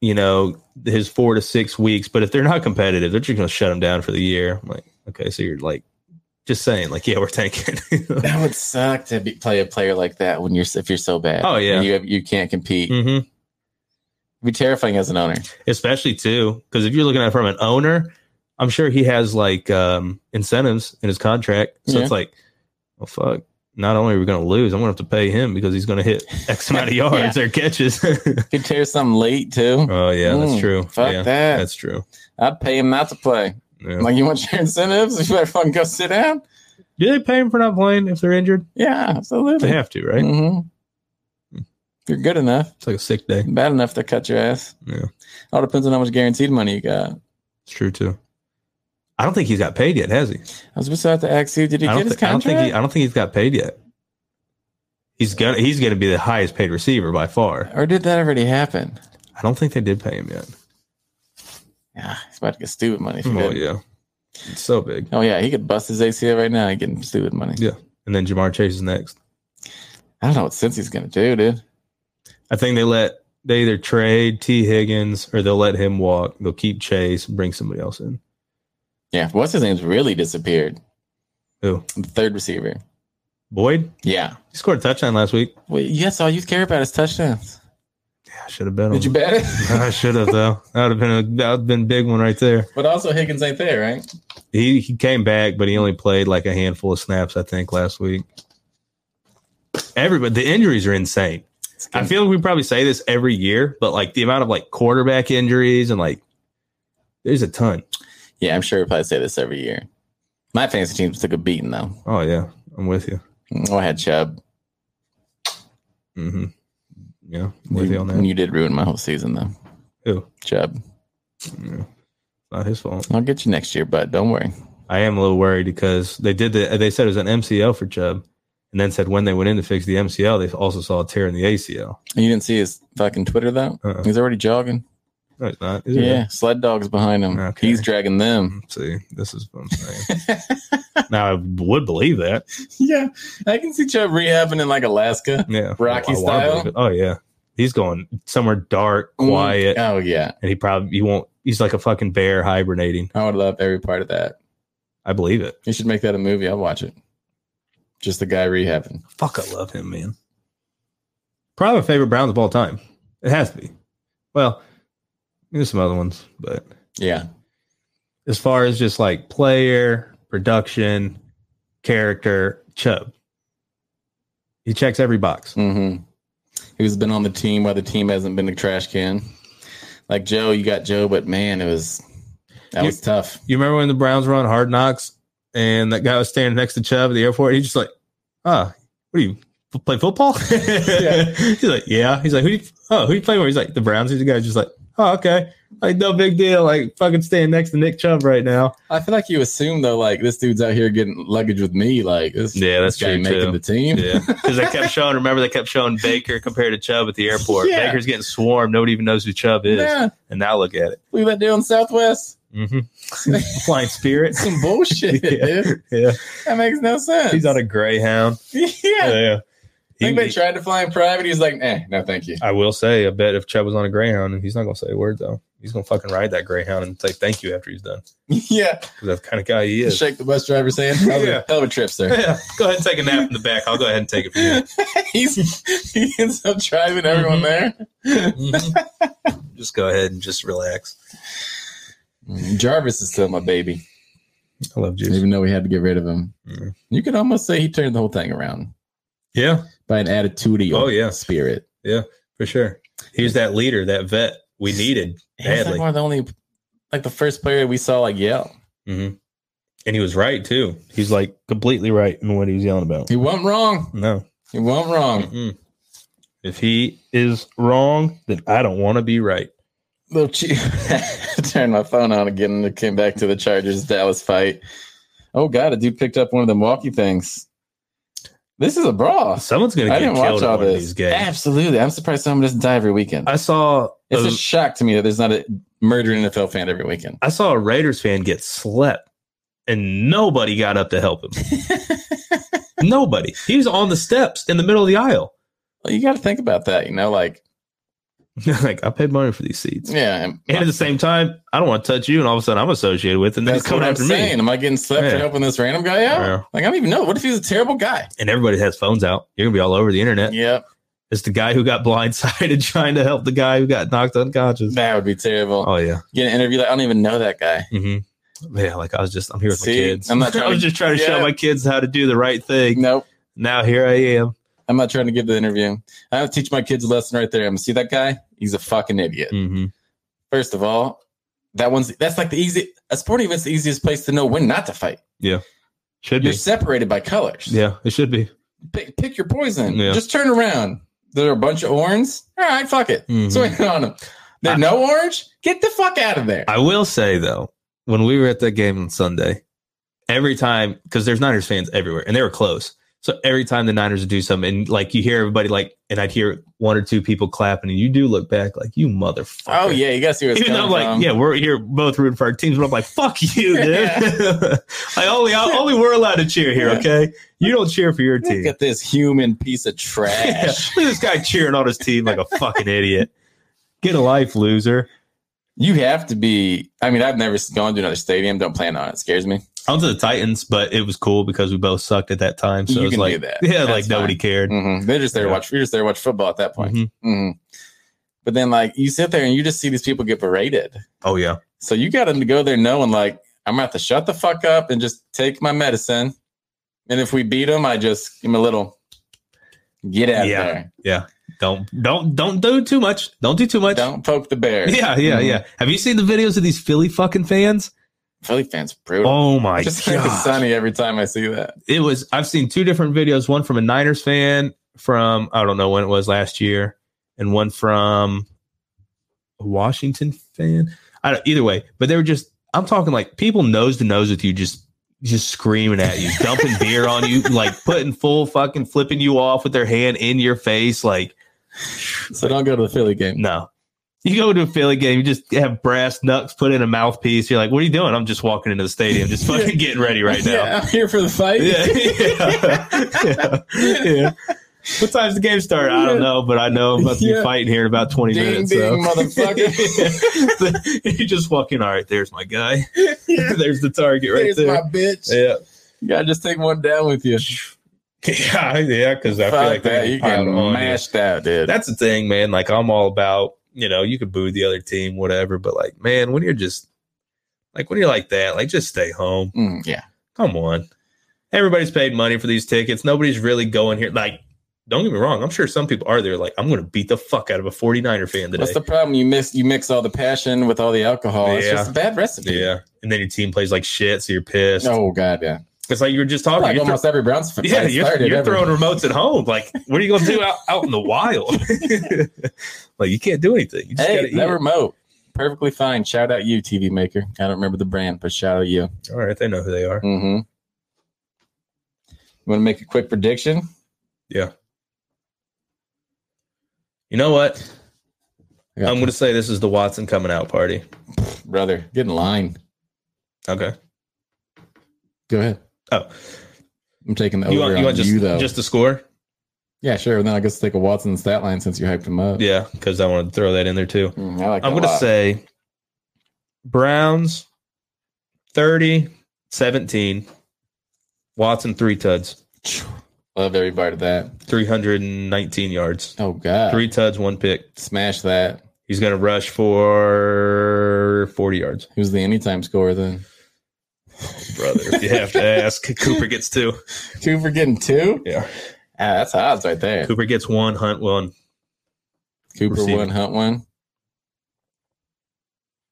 you know, his four to six weeks, but if they're not competitive, they're just going to shut him down for the year. I'm like, okay, so you're like, just saying, like, yeah, we're tanking.
That would suck to be, play a player like that when you're if you're so bad.
Oh, yeah.
And you have, you can't compete.
hmm
It'd be terrifying as an owner.
especially too, because if you're looking at it from an owner, I'm sure he has like um, incentives in his contract. So
Yeah.
it's like, well, fuck. Not only are we going to lose, I'm going to have to pay him because he's going to hit X amount of yards or catches.
Could tear something late too.
oh yeah, that's
Mm,
true.
Fuck
yeah,
that.
that's true.
I'd pay him not to play.
Yeah.
Like, you want your incentives? You better fucking go sit down.
Do they pay him for not playing if they're injured?
Yeah,
They
absolutely.
have to, right?
hmm You're good enough,
It's like a sick day.
bad enough to cut your ass.
Yeah.
All depends on how much guaranteed money you got.
It's true too. I don't think he's got paid yet, has he?
I was supposed to have to ask you, did he
I
get
don't,
his
thi- I don't
contract?
think he, I don't think he's got paid yet. He's gonna he's gonna be the highest paid receiver by far.
or did that already happen?
I don't think they did pay him yet.
Yeah, he's about to get stupid money. if he
Oh
didn't.
yeah, it's so big.
Oh, yeah, he could bust his ACL right now and get him stupid money.
Yeah. And then Jamar Chase is next.
I don't know what sense he's going to do, dude.
I think they let they either trade T Higgins or they'll let him walk. They'll keep Chase, and bring somebody else in.
Yeah, what's his name's really disappeared?
Who?
The third receiver.
Boyd.
Yeah.
He scored a touchdown last week.
Well, yes, all you care about is touchdowns.
Yeah, I should have bet on.
Did you
him.
bet it?
I should have though. That would have been a that would have been a big one right there.
but also, Higgins ain't there, right?
He he came back, but he only played like a handful of snaps, I think, last week. Everybody, the injuries are insane. I feel like we probably say this every year, but like the amount of like quarterback injuries and like there's a ton.
Yeah, I'm sure we probably say this every year. My fantasy team took a beating though.
Oh yeah, I'm with you.
Oh, I had Chubb.
Mm-hmm. Yeah, with you on
You,
that.
you did ruin my whole season though.
Who?
Chubb.
Not his fault.
I'll get you next year, bud. Don't worry.
I am a little worried because they did the. They said it was an MCL for Chubb, and then said when they went in to fix the MCL, they also saw a tear in the ACL.
You didn't see his fucking Twitter though.
Uh-uh.
He's already jogging.
No, it's not. is
Yeah,
it?
sled dogs behind him.
Okay.
He's dragging them.
See, this is what I'm saying. now I would believe that.
yeah, I can see Chubb rehabbing in like Alaska.
Yeah,
Rocky
I- I wanna
style?
believe it. Oh yeah, He's going somewhere dark, quiet,
Oh yeah,
and he probably he won't. He's like a fucking bear hibernating.
I would love every part of that.
I believe it.
You should make that a movie. I'll watch it. Just the guy rehabbing.
Fuck, I love him, man. Probably my favorite Browns of all time. It has to be. Well, there's some other ones, but
Yeah,
as far as just like player, production, character, Chubb, he checks every box.
Mm-hmm. Who's been on the team while the team hasn't been a trash can? Like Joe, you got Joe, but man, it was that
You-
was tough.
You remember when the Browns were on Hard Knocks and that guy was standing next to Chubb at the airport? He's just like, ah, what do you f- play football? He's like, yeah. He's like, who? Do you, oh, who do you play with? He's like, the Browns. He's the guy's just like, oh, okay, like no big deal. Like fucking stand next to Nick Chubb right now.
I feel like you assume though, like this dude's out here getting luggage with me. Like this,
Yeah, that's
this guy
true,
making
too.
the team.
Yeah, because they kept showing. Remember, they kept showing Baker compared to Chubb at the airport.
Yeah.
Baker's getting swarmed. Nobody even knows who Chubb is.
Yeah,
And now look at it.
look at that dude on Southwest.
Mm-hmm. Flying Spirit.
Some bullshit,
Yeah.
dude.
Yeah,
That makes no sense.
he's on a Greyhound.
yeah.
Yeah,
I think
He-
they tried to fly in private. He's like, eh, no, thank you.
I will say, I bet if Chubb was on a Greyhound, he's not gonna say a word though. He's gonna fucking ride that Greyhound and say thank you after he's done.
yeah,
'Cause that's the kind of guy he is.
shake the bus driver's hand. Hell of a-
Yeah.
hell of a trip, sir.
Yeah, go ahead and take a nap in the back. I'll go ahead and take it from you.
he's he ends up driving everyone
Mhm.
there.
Mhm. just go ahead and just relax.
Mm-hmm. Jarvis is still my baby,
I love
even though we had to get rid of him.
Mhm.
You could almost say he turned the whole thing around
Yeah,
by an attitudinal
Oh, yeah.
spirit.
for sure. He's that leader, that vet we needed
He's like
badly,
one of the only, like the first player we saw like yell.
hmm and he was right too. He's like completely right in what he was yelling about.
He wasn't wrong.
No,
He wasn't wrong.
Mm-mm. if he is wrong, then I don't want to be right.
Little cheap. Turned my phone on again and it came back to the Chargers Dallas fight. Oh god, a dude picked up one of the Milwaukee things. This is a brawl.
Someone's gonna
I
get
didn't watch
killed
all
on
this.
these games.
Absolutely, I'm surprised someone doesn't die every weekend.
I saw
it's
a-
a shock to me that there's not a murdering NFL fan every weekend.
I saw a Raiders fan get slept, and nobody got up to help him. nobody. He was on the steps in the middle of the aisle.
Well, you got to think about that, you know, like
like I paid money for these seats,
yeah,
and at the same time, I don't want to touch you, and all of a sudden I'm associated with, it, and then he's
that's what
coming
I'm
after
saying.
me,
Am I getting slept
Yeah.
for helping this random guy out?
Yeah.
Like I don't even know. What if he's a terrible guy?
and everybody has phones out. You're gonna be all over the internet.
Yep,
It's the guy who got blindsided trying to help the guy who got knocked unconscious.
that would be terrible.
Oh yeah,
Get an interview like I don't even know that guy.
hmm yeah. Like I was just, I'm here with
See,
my kids.
I'm not trying
I was
to-
just trying to show
Yeah.
my kids how to do the right thing.
Nope,
Now here I am.
I'm not trying to give the interview. I have to teach my kids a lesson right there. I'm gonna see that guy. He's a fucking idiot.
hmm
First of all, that one's that's like the easy a sporting event's the easiest place to know when not to fight.
Should
You're
be.
separated by colors.
Yeah, it should be.
pick, pick your poison.
Yeah.
Just turn around. There are a bunch of orange. All right, fuck it.
Mhm.
Swing on them. There
I-
no orange. Get the fuck out of there.
I will say though, when we were at that game on Sunday, every time because there's Niners fans everywhere, and they were close. So every time the Niners would do something, and like you hear everybody like, and I'd hear one or two people clapping, and you do look back like you motherfucker.
oh yeah, you gotta see where it's
Even though I'm
coming
like,
from.
yeah, we're here both rooting for our teams, but I'm like, fuck you, dude.
Yeah.
like only I, only we're allowed to cheer here,
Yeah.
okay? You don't cheer for your
Look
team.
at this human piece of
Yeah. Look
trash.
at this guy cheering on his team like a fucking idiot. Get a life, loser.
You have to be. I mean, I've never gone to another stadium. Don't plan on it. it scares me.
onto the Titans, but it was cool because we both sucked at that time. So
You
it was
can
like,
do that.
yeah,
That's
like nobody
fine.
cared.
hmm They're just there to
Yeah.
watch. You're just there to watch football at that point.
Mhm.
Mhm. But then, like, you sit there and you just see these people get berated.
Oh yeah,
So you got to go there knowing, like, I'm gonna have to shut the fuck up and just take my medicine. And if we beat them, I just give him a little get out
Yeah.
of there.
don't don't don't do too much. Don't do too much.
Don't poke the bear.
Yeah, yeah,
Mhm.
yeah. Have you seen the videos of these Philly fucking fans?
Philly fans brutal.
Oh my
just like it's
god!
sunny every time I see that.
It was. I've seen two different videos. One from a Niners fan from I don't know when it was last year, and one from a Washington fan. I don't, either way, but they were just. I'm talking like people nose to nose with you, just just screaming at you, dumping beer on you, like putting full fucking flipping you off with their hand in your face. Like,
So don't go to the Philly game.
no. You go to a Philly game, you just have brass knucks put in a mouthpiece. You're like, what are you doing? I'm just walking into the stadium, just fucking getting ready right now.
Yeah, I'm here for the fight.
Yeah. yeah. yeah. What time's the game start? I don't know, but I know I'm about to
Yeah.
be fighting here in about 20
Ding,
minutes.
ding,
so.
motherfucker.
you just walk in. All right, there's my guy. there's the target right
There's
there.
my bitch.
yeah.
You gotta just take one down with you.
Yeah, yeah, because I feel
Fuck
like
that.
they're
You
piled
getting
on you.
mashed out, dude.
That's the thing, man. Like I'm all about, you know, you could boo the other team, whatever, but like, man, when you're just like when you're like that, like just stay home.
Mm, yeah.
Come on. Everybody's paid money for these tickets. Nobody's really going here. Like, don't get me wrong. I'm sure some people are there. Like, I'm going to beat the fuck out of a 49er fan today.
What's the problem? You mix you mix all the passion with all the alcohol. It's
Yeah.
just a bad recipe.
yeah. And then your team plays like shit. So you're pissed.
Oh god, yeah.
It's like you were just talking.
like
you're
almost every Browns fan.
thro- yeah. You're,
started
you're
every-
throwing remotes at home. Like, what are you going to do out, out in the wild? like, you can't do anything. You just
Hey,
gotta
that
eat.
remote. Perfectly fine. Shout out you, TV maker. I don't remember the brand, but shout out you.
All right. They know who they are.
Mm-hmm. You want to make a quick prediction?
Yeah. You know what?
I got
I'm going to say this is the Watson coming out party.
you, brother. Get in line.
Okay.
Go ahead.
Oh,
I'm taking the over
you want, you
Oh, on
want just,
you though.
just the score?
yeah, sure. And then I guess take a Watson stat line since you hyped him up.
Yeah, because I wanted to throw that in there too.
Mm, I like.
I'm
that a
going to
lot.
say Browns 30 17. Watson three tuds,
love every part of that.
319 yards.
Oh god,
Three tuds, one pick.
smash that.
He's going to rush for 40 yards.
Who's the anytime scorer then?
Brother, if you have to ask, Cooper gets two.
Two for getting two.
Yeah.
Ah, that's odds right there.
Cooper gets one, Hunt one.
Cooper
Receiving.
one, Hunt one.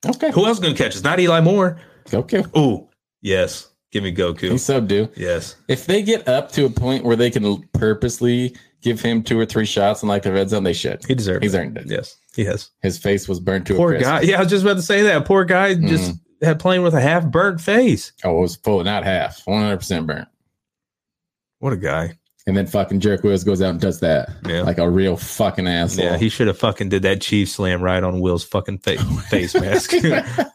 Okay.
Who else is going to catch? It's not Eli Moore.
Okay.
Ooh, yes. Give me Goku.
He's so due.
Yes.
If they get up to a point where they can purposely give him two or three shots in like the red zone, they should.
He deserves
He's
it.
earned it.
Yes. He has.
His face was burned to a
Poor Mm-hmm.
crisp.
guy. Yeah, I was just about to say that. Poor guy just had playing with a half burnt face.
Oh, it was full, not half, one hundred percent burnt.
What a guy.
And then fucking Jerick Wills goes out and does that
Yeah.
like a real fucking asshole.
Yeah, he should have fucking did that Chief slam right on Will's fucking fa- face mask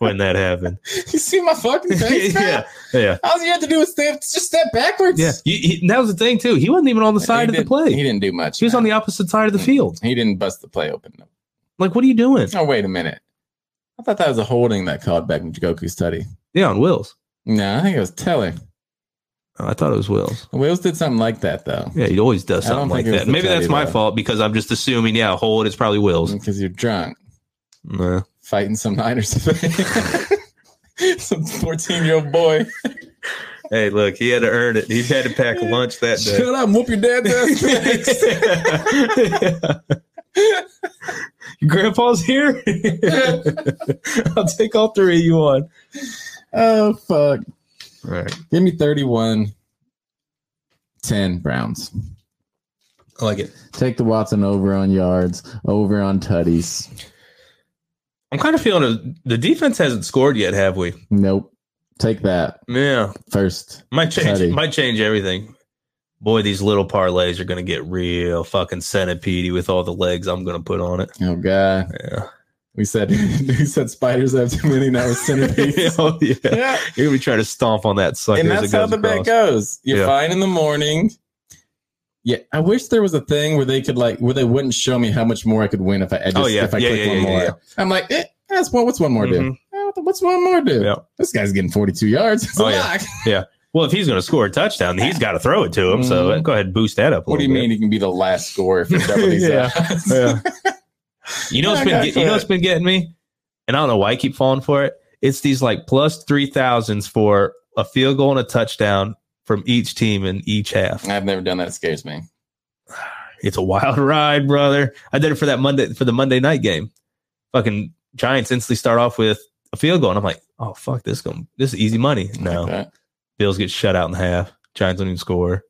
when that happened.
you see my fucking face? man?
yeah, yeah,
All you had to do was step, just step backwards.
yeah. You- he- and that was the thing too. He wasn't even on the side
He
of the
didn't- He
play.
didn't do much.
He was
man.
on the opposite side of the field.
He didn't bust the play open.
Like, what are you doing?
Oh, wait a minute. I thought that was a holding that called back in Goku's study.
Yeah, on Will's.
No, I think it was Teller.
Oh, I thought it was Will's.
Wills did something like that though,
Yeah, he always does
I don't
something like
think it was
that.
the
Maybe that's
teddy
my
bear.
fault because I'm just assuming. Yeah, hold. It's probably Will's.
because you're drunk
Nah.
fighting some Niners, some fourteen-year-old boy.
Hey, look, he had to earn it. He had to pack lunch that day.
Shut up, and whoop your dad's ass. next.
Grandpa's here. I'll take all three you want.
oh fuck!
All right.
Give me 31 10 Browns.
I like it.
Take the Watson over on yards, over on tutties.
I'm kind of feeling a, the defense hasn't scored yet, have we?
Nope. Take that
Yeah.
first.
Might change
Teddy.
might change everything. Boy, these little parlays are gonna get real fucking centipede with all the legs I'm gonna put on it.
Oh god.
Yeah.
We said we said spiders have too many now with centipedes.
oh, yeah.
yeah.
You're gonna be trying to stomp on that sucker
And that's
as it
how
goes
the bet
across.
goes. You're
Yeah.
fine in the morning. Yeah, I wish there was a thing where they could like where they wouldn't show me how much more I could win if I, I just
Oh, yeah.
if I
Yeah,
click
yeah,
one
yeah,
more.
yeah.
I'm like, eh, that's one. What's one more do?
Mhm.
Eh, What's one more do?
Yeah.
This guy's getting 42 yards. It's a
Oh, yeah.
lock.
Well, if he's gonna score a touchdown, he's gotta throw it to him. So
Mhm.
go ahead and boost that up a
What do you
little bit.
mean he can be the last scorer for double these
Yeah.
odds?
Yeah. You know what's
I
been
got
get, you know what's been getting me, and I don't know why I keep falling for it. It's these like plus three thousands for a field goal and a touchdown from each team in each half.
I've never done that. It scares me.
It's a wild ride, brother. I did it for that Monday for the Monday night game. Fucking Giants instantly start off with a field goal, and I'm like, oh fuck, this is going this is easy money. No,
Like that.
Bills get shut out in the half. Giants don't even score.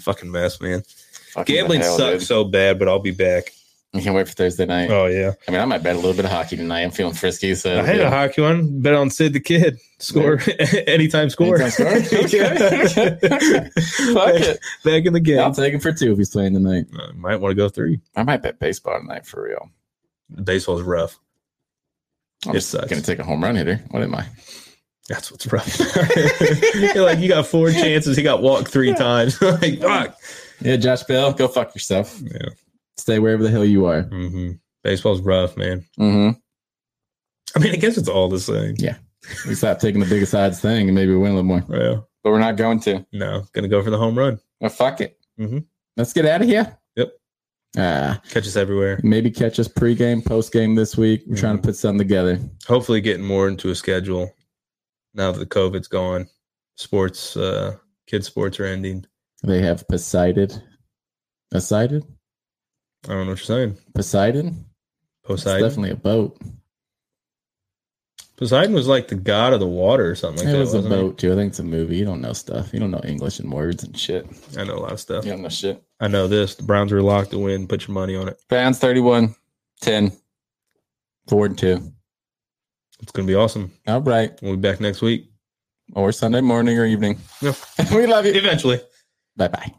Fucking mess, man.
Fucking
Gambling
hell,
sucks
dude.
so bad, but I'll be back.
I can't wait for Thursday night.
Oh yeah.
I mean, I might bet a little bit of hockey tonight. I'm feeling frisky. So
I had a hockey one. Bet on Sid the Kid. Score anytime score.
Anytime score? Okay. Fuck
back,
it.
back in the game.
I'll take him for two if he's playing tonight.
Uh, might want to go three.
I might bet baseball tonight for real.
Baseball's rough.
I'm
It
just
sucks.
gonna take a home run hitter. What am I?
That's what's rough. You're like you got four chances. He got walked three times. like fuck.
Yeah, Josh Bell, go fuck yourself.
Yeah.
Stay wherever the hell you are.
hmm Baseball's rough, man.
Mm-hmm.
I mean, I guess it's all the same.
We stop taking the big sides thing and maybe win a little more.
Well,
But we're not going to.
no, gonna go for the home run.
Well, fuck it.
Mm-hmm. Let's get out of here.
Yep.
Ah,
Catch us everywhere.
maybe catch us pregame, postgame this week. We're trying
Mhm.
to put something together.
Hopefully, getting more into a schedule now that the COVID's gone. Sports, uh, kids' sports are ending.
They have Poseidon. Poseidon?
I don't know what you're saying.
Poseidon? It's
Poseidon.
definitely a boat.
Poseidon was like the god of the water or something like
it
that.
was a
wasn't he?
boat, too. I think it's a movie. You don't know stuff. You don't know English and words and shit.
I know a lot of stuff.
You don't know shit.
I know this. The Browns are locked to win. Put your money on it.
Browns 31, 10.
Four and two.
It's gonna be awesome.
All right.
We'll be back next week.
Or Sunday morning or evening.
Yep.
we love you.
Eventually.
Bye bye.